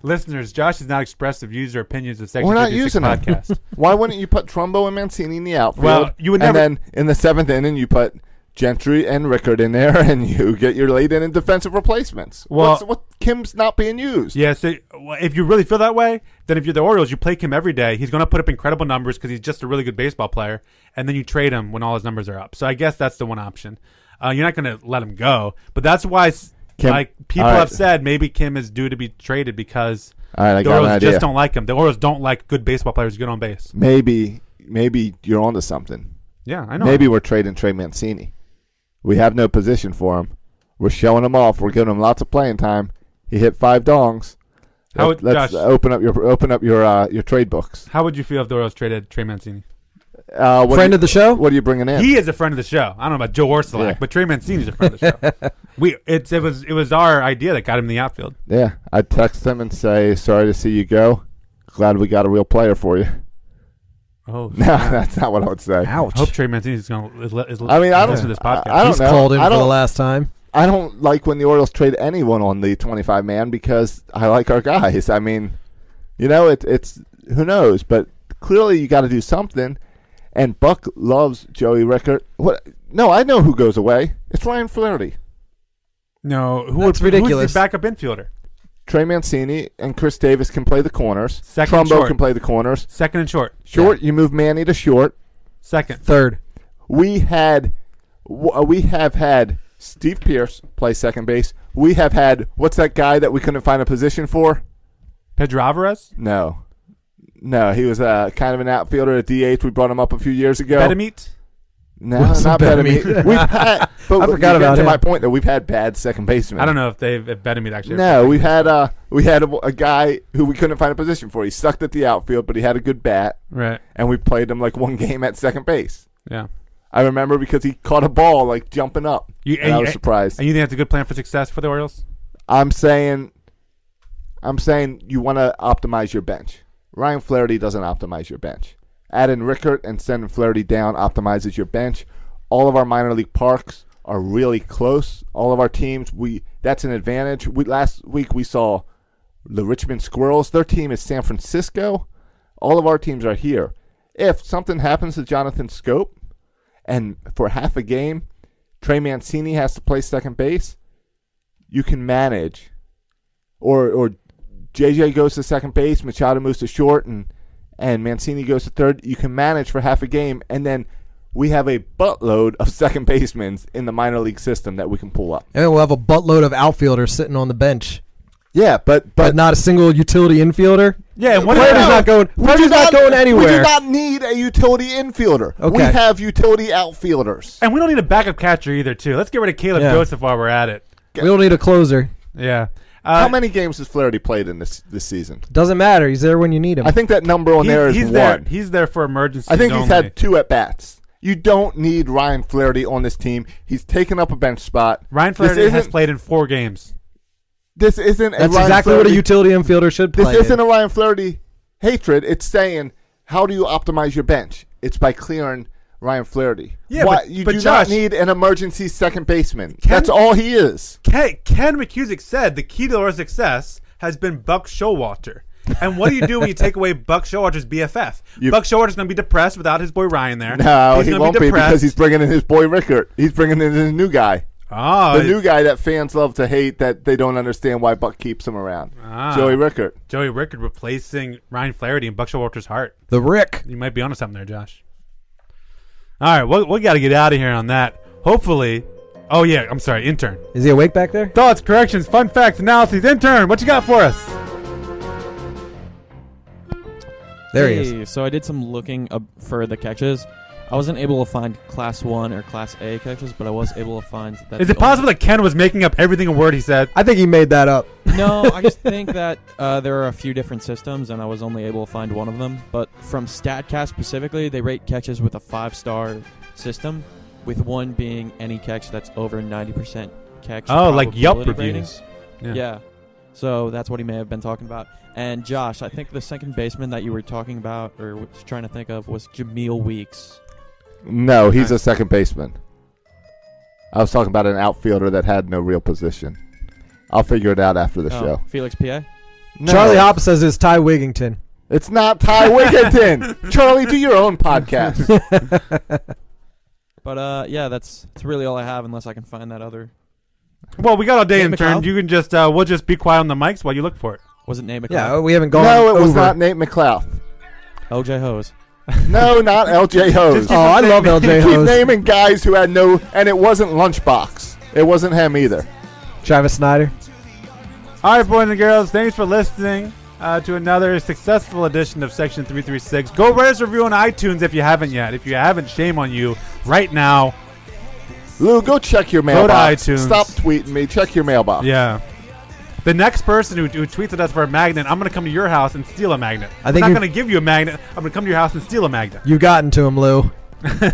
Speaker 3: Listeners, Josh has not expressed the views or opinions of Section
Speaker 1: We're not
Speaker 3: 56
Speaker 1: using them.
Speaker 3: podcast.
Speaker 1: [laughs] Why wouldn't you put Trumbo and Mancini in the outfield?
Speaker 3: Well, you would
Speaker 1: and
Speaker 3: never-
Speaker 1: then in the seventh inning, you put Gentry and Rickard in there, [laughs] and you get your late in defensive replacements.
Speaker 3: Well-
Speaker 1: What's, what Kim's not being used.
Speaker 3: Yeah, so well, if you really feel that way, then if you're the Orioles, you play Kim every day. He's going to put up incredible numbers because he's just a really good baseball player, and then you trade him when all his numbers are up. So I guess that's the one option. Uh, you're not going to let him go, but that's why s-
Speaker 1: Kim-
Speaker 3: like people
Speaker 1: all right.
Speaker 3: have said maybe Kim is due to be traded because
Speaker 1: All right, I
Speaker 3: the
Speaker 1: got an
Speaker 3: Orioles
Speaker 1: idea.
Speaker 3: just don't like him. The Orioles don't like good baseball players good on base.
Speaker 1: Maybe, maybe you're onto something.
Speaker 3: Yeah, I know.
Speaker 1: Maybe we're trading Trey Mancini. We have no position for him. We're showing him off. We're giving him lots of playing time. He hit five dongs.
Speaker 3: How
Speaker 1: Let-
Speaker 3: would-
Speaker 1: Let's uh,
Speaker 3: Josh-
Speaker 1: open up your open up your uh, your trade books.
Speaker 3: How would you feel if the Orioles traded Trey Mancini?
Speaker 1: Uh, what do
Speaker 5: Friend
Speaker 1: you-
Speaker 5: of the show?
Speaker 1: What are you bringing in?
Speaker 3: He is a friend of the show. I don't know about Joe Orsolak,
Speaker 1: Yeah.
Speaker 3: but Trey Mancini's a friend of the
Speaker 1: [laughs]
Speaker 3: show. we it's it was it was our idea that got him in the outfield.
Speaker 1: Yeah, I text him and say, "Sorry to see you go. Glad we got a real player for you." [laughs]
Speaker 3: Oh,
Speaker 1: No, that's not what I would say.
Speaker 5: Ouch.
Speaker 3: I hope Trey Mancini is going to. Is, is,
Speaker 1: I mean, I don't.
Speaker 3: listen to this podcast.
Speaker 1: I, I don't
Speaker 5: He's
Speaker 1: know.
Speaker 5: called in
Speaker 1: I
Speaker 5: for the
Speaker 1: don't.
Speaker 5: last time.
Speaker 1: I don't like when the Orioles trade anyone on the twenty-five man because I like our guys. I mean, you know, it, it's who knows, but clearly you got to do something. And Buck loves Joey Rickard. What? No, I know who goes away. It's Ryan Flaherty,
Speaker 3: no, who
Speaker 5: That's
Speaker 3: would, Who's
Speaker 5: ridiculous.
Speaker 3: the backup infielder?
Speaker 1: Trey Mancini, and Chris Davis can play the corners.
Speaker 3: Second
Speaker 1: Trumbo
Speaker 3: short.
Speaker 1: can play the corners.
Speaker 3: Second and short.
Speaker 1: Short, you move Manny to short.
Speaker 3: Second.
Speaker 5: Third.
Speaker 1: we had w- uh, we have had Steve Pierce play second base. We have had what's that guy that we couldn't find a position for?
Speaker 3: Pedro Alvarez.
Speaker 1: No, no, he was uh, kind of an outfielder at DH. We brought him up a few years ago.
Speaker 3: Betamete.
Speaker 1: No,
Speaker 5: Wilson
Speaker 1: not
Speaker 5: Betamete.
Speaker 1: Betamete. We've had, but
Speaker 5: I forgot
Speaker 1: you get
Speaker 5: about
Speaker 1: to
Speaker 5: him.
Speaker 1: my point that we've had bad second basemen.
Speaker 3: I don't know if they if Betamete actually.
Speaker 1: No, we had uh, we had a, a guy who we couldn't find a position for. He sucked at the outfield, but he had a good bat,
Speaker 3: Right.
Speaker 1: and we played him like one [laughs] game at second base.
Speaker 3: Yeah.
Speaker 1: I remember because he caught a ball like jumping up. and I was surprised.
Speaker 3: And you think that's a good plan for success for the Orioles?
Speaker 1: I'm saying, I'm saying you want to optimize your bench. Ryan Flaherty doesn't optimize your bench. Add in Rickert and sending Flaherty down optimizes your bench. All of our minor league parks are really close. All of our teams, we that's an advantage. We last week we saw the Richmond Squirrels. Their team is San Francisco. All of our teams are here. If something happens to Jonathan Scope, and for half a game, Trey Mancini has to play second base you can manage. Or or JJ goes to second base, Machado moves to short, and and Mancini goes to third. You can manage for half a game, and then we have a buttload of second basemen in the minor league system that we can pull up.
Speaker 5: And then we'll have a buttload of outfielders sitting on the bench.
Speaker 1: Yeah, but
Speaker 5: But, not a single utility infielder.
Speaker 3: Yeah. And what
Speaker 5: Flaherty's
Speaker 1: No,
Speaker 5: not going.
Speaker 1: we
Speaker 5: Flaherty's
Speaker 1: do
Speaker 5: not, going anywhere.
Speaker 1: We do not need a utility infielder. We
Speaker 5: Okay.
Speaker 1: have utility outfielders.
Speaker 3: and we don't need a backup catcher either. Too. Let's get rid of Caleb
Speaker 5: Yeah.
Speaker 3: Joseph while we're at it.
Speaker 5: We don't need a closer.
Speaker 3: Yeah.
Speaker 1: How
Speaker 3: Uh,
Speaker 1: many games has Flaherty played in this this season?
Speaker 5: Doesn't matter. He's there when you need him.
Speaker 1: I think that number on
Speaker 3: he's,
Speaker 1: there is
Speaker 3: he's
Speaker 1: one.
Speaker 3: there. He's there for emergencies.
Speaker 1: I think he's
Speaker 3: only.
Speaker 1: had two at bats. You don't need Ryan Flaherty on this team. He's taken up a bench spot.
Speaker 3: Ryan
Speaker 1: This
Speaker 3: Flaherty has
Speaker 1: isn't-
Speaker 3: played in four games.
Speaker 1: This isn't a
Speaker 5: That's
Speaker 1: Ryan
Speaker 5: exactly
Speaker 1: Flaherty,
Speaker 5: what a utility infielder should play.
Speaker 1: This isn't a Ryan Flaherty hatred. It's saying how do you optimize your bench? It's by clearing Ryan Flaherty.
Speaker 3: Yeah,
Speaker 1: Why,
Speaker 3: but-
Speaker 1: you
Speaker 3: but
Speaker 1: do not
Speaker 3: Josh-
Speaker 1: need an emergency second baseman. That's all he is.
Speaker 3: Ken, Ken McCusick said the key to our success has been Buck Showalter. And what do you do when you take away Buck Showalter's BFF?
Speaker 1: You-
Speaker 3: Buck Showalter's going to be depressed without his boy Ryan there.
Speaker 1: No, he
Speaker 3: gonna
Speaker 1: won't be, because he's bringing in his boy Rickert. He's bringing in his new guy.
Speaker 3: oh,
Speaker 1: The new guy that fans love to hate that they don't understand why Buck keeps him around.
Speaker 3: Ah.
Speaker 1: Joey Rickert.
Speaker 3: Joey Rickard replacing Ryan Flaherty in Buck Showalter's heart.
Speaker 5: the Rick.
Speaker 3: You might be onto something there, Josh. All right, we we got to get out of here on that. Hopefully, oh yeah, I'm sorry, intern.
Speaker 5: Is he awake back there?
Speaker 3: Thoughts, corrections, fun facts, analyses, intern. What you got for us?
Speaker 5: There he is.
Speaker 6: Hey, So I did some looking up for the catches. I wasn't able to find class one or class A catches, but I was able to find that.
Speaker 3: Is it
Speaker 6: the only-
Speaker 3: possible that Ken was making up everything a word he said?
Speaker 5: I think he made that up.
Speaker 6: no, I just think
Speaker 1: [laughs]
Speaker 6: that uh, there are a few different systems, and I was only able to find one of them. But from Statcast specifically, they rate catches with a five-star system, with one being any catch that's over ninety percent catch.
Speaker 3: Oh, like Yelp
Speaker 6: probability rating.
Speaker 3: reviews.
Speaker 6: Yeah. So that's what he may have been talking about. And Josh, I think the second baseman that you were talking about or was trying to think of was Jameel Weeks.
Speaker 1: No, he's a second baseman. I was talking about an outfielder that had no real position. I'll figure it out after the
Speaker 6: Oh,
Speaker 1: show.
Speaker 6: Felix Pa.
Speaker 5: Charlie Hop says it's Ty Wigington.
Speaker 1: It's not Ty Wigginton. Charlie, do your own podcast.
Speaker 6: But uh, yeah, that's that's really all I have, unless I can find that other.
Speaker 3: Well, we got all day
Speaker 6: Nate
Speaker 3: intern.
Speaker 6: McLeod?
Speaker 3: You can just uh, we'll just be quiet on the mics while you look for it.
Speaker 6: Was it name? it?
Speaker 5: Yeah, we haven't gone.
Speaker 1: no, it was
Speaker 5: over.
Speaker 1: not Nate McLeod.
Speaker 6: LJ Hose.
Speaker 1: No, not LJ Hose.
Speaker 5: Oh, I love LJ
Speaker 1: Keep
Speaker 5: Hose.
Speaker 1: naming guys who had no, and it wasn't Lunchbox. It wasn't him either.
Speaker 5: Travis Snyder.
Speaker 3: All right, boys and girls, thanks for listening uh, to another successful edition of Section 336. Go rate us a review on iTunes if you haven't yet. If you haven't, shame on you. Right now,
Speaker 1: Lou, go check your
Speaker 3: to
Speaker 1: mailbox.
Speaker 3: iTunes.
Speaker 1: Stop tweeting me. Check your mailbox.
Speaker 3: yeah. The next person who, who tweets at us for a magnet, I'm going to come to your house and steal a magnet.
Speaker 5: I
Speaker 3: I'm
Speaker 5: think
Speaker 3: not
Speaker 5: you-
Speaker 3: going to give you a magnet. I'm going to come to your house and steal a magnet.
Speaker 5: You've gotten to him,
Speaker 6: [laughs]
Speaker 5: Lou.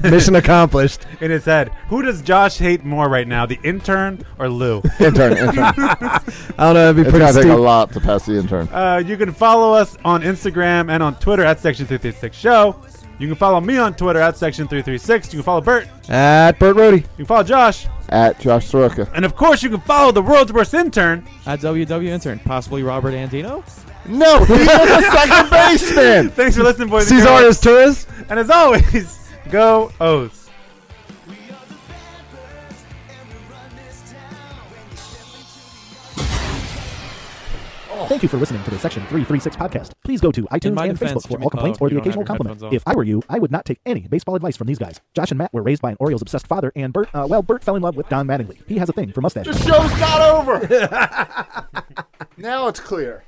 Speaker 5: Mission accomplished.
Speaker 3: In his head, who does Josh hate more right now, the intern or Lou?
Speaker 1: Intern, intern.
Speaker 5: I don't know. It'd be
Speaker 1: it's gonna
Speaker 5: pretty
Speaker 1: take a
Speaker 5: steep.
Speaker 1: lot to pass the intern.
Speaker 3: Uh, you can follow us on Instagram and on Twitter at Section 336 Show. You can follow me on Twitter at Section 336. You can follow Bert. You
Speaker 5: At Bert Rohde.
Speaker 3: can follow Josh.
Speaker 1: At Josh Soroka.
Speaker 3: And of course, you can follow the world's worst intern.
Speaker 6: At WW Intern, possibly Robert Andino.
Speaker 1: No, he was a second baseman.
Speaker 3: Thanks for listening, boys. and girls.
Speaker 5: Cesar's Torres.
Speaker 3: And as always, [laughs] go O's.
Speaker 9: Thank you for listening to the Section 336 podcast. Please go to
Speaker 6: In
Speaker 9: iTunes
Speaker 6: my
Speaker 9: and
Speaker 6: defense,
Speaker 9: Facebook for
Speaker 6: Jimmy-
Speaker 9: all complaints
Speaker 6: oh,
Speaker 9: or
Speaker 6: you
Speaker 9: the
Speaker 6: don't have
Speaker 9: occasional
Speaker 6: your
Speaker 9: compliment.
Speaker 6: headphones on.
Speaker 9: If I were you, I would not take any baseball advice from these guys. Josh and Matt were raised by an Orioles obsessed father, and Bert, uh, well, Bert fell in love with Don Mattingly. He has a thing for mustaches.
Speaker 1: The show's not over. now it's clear.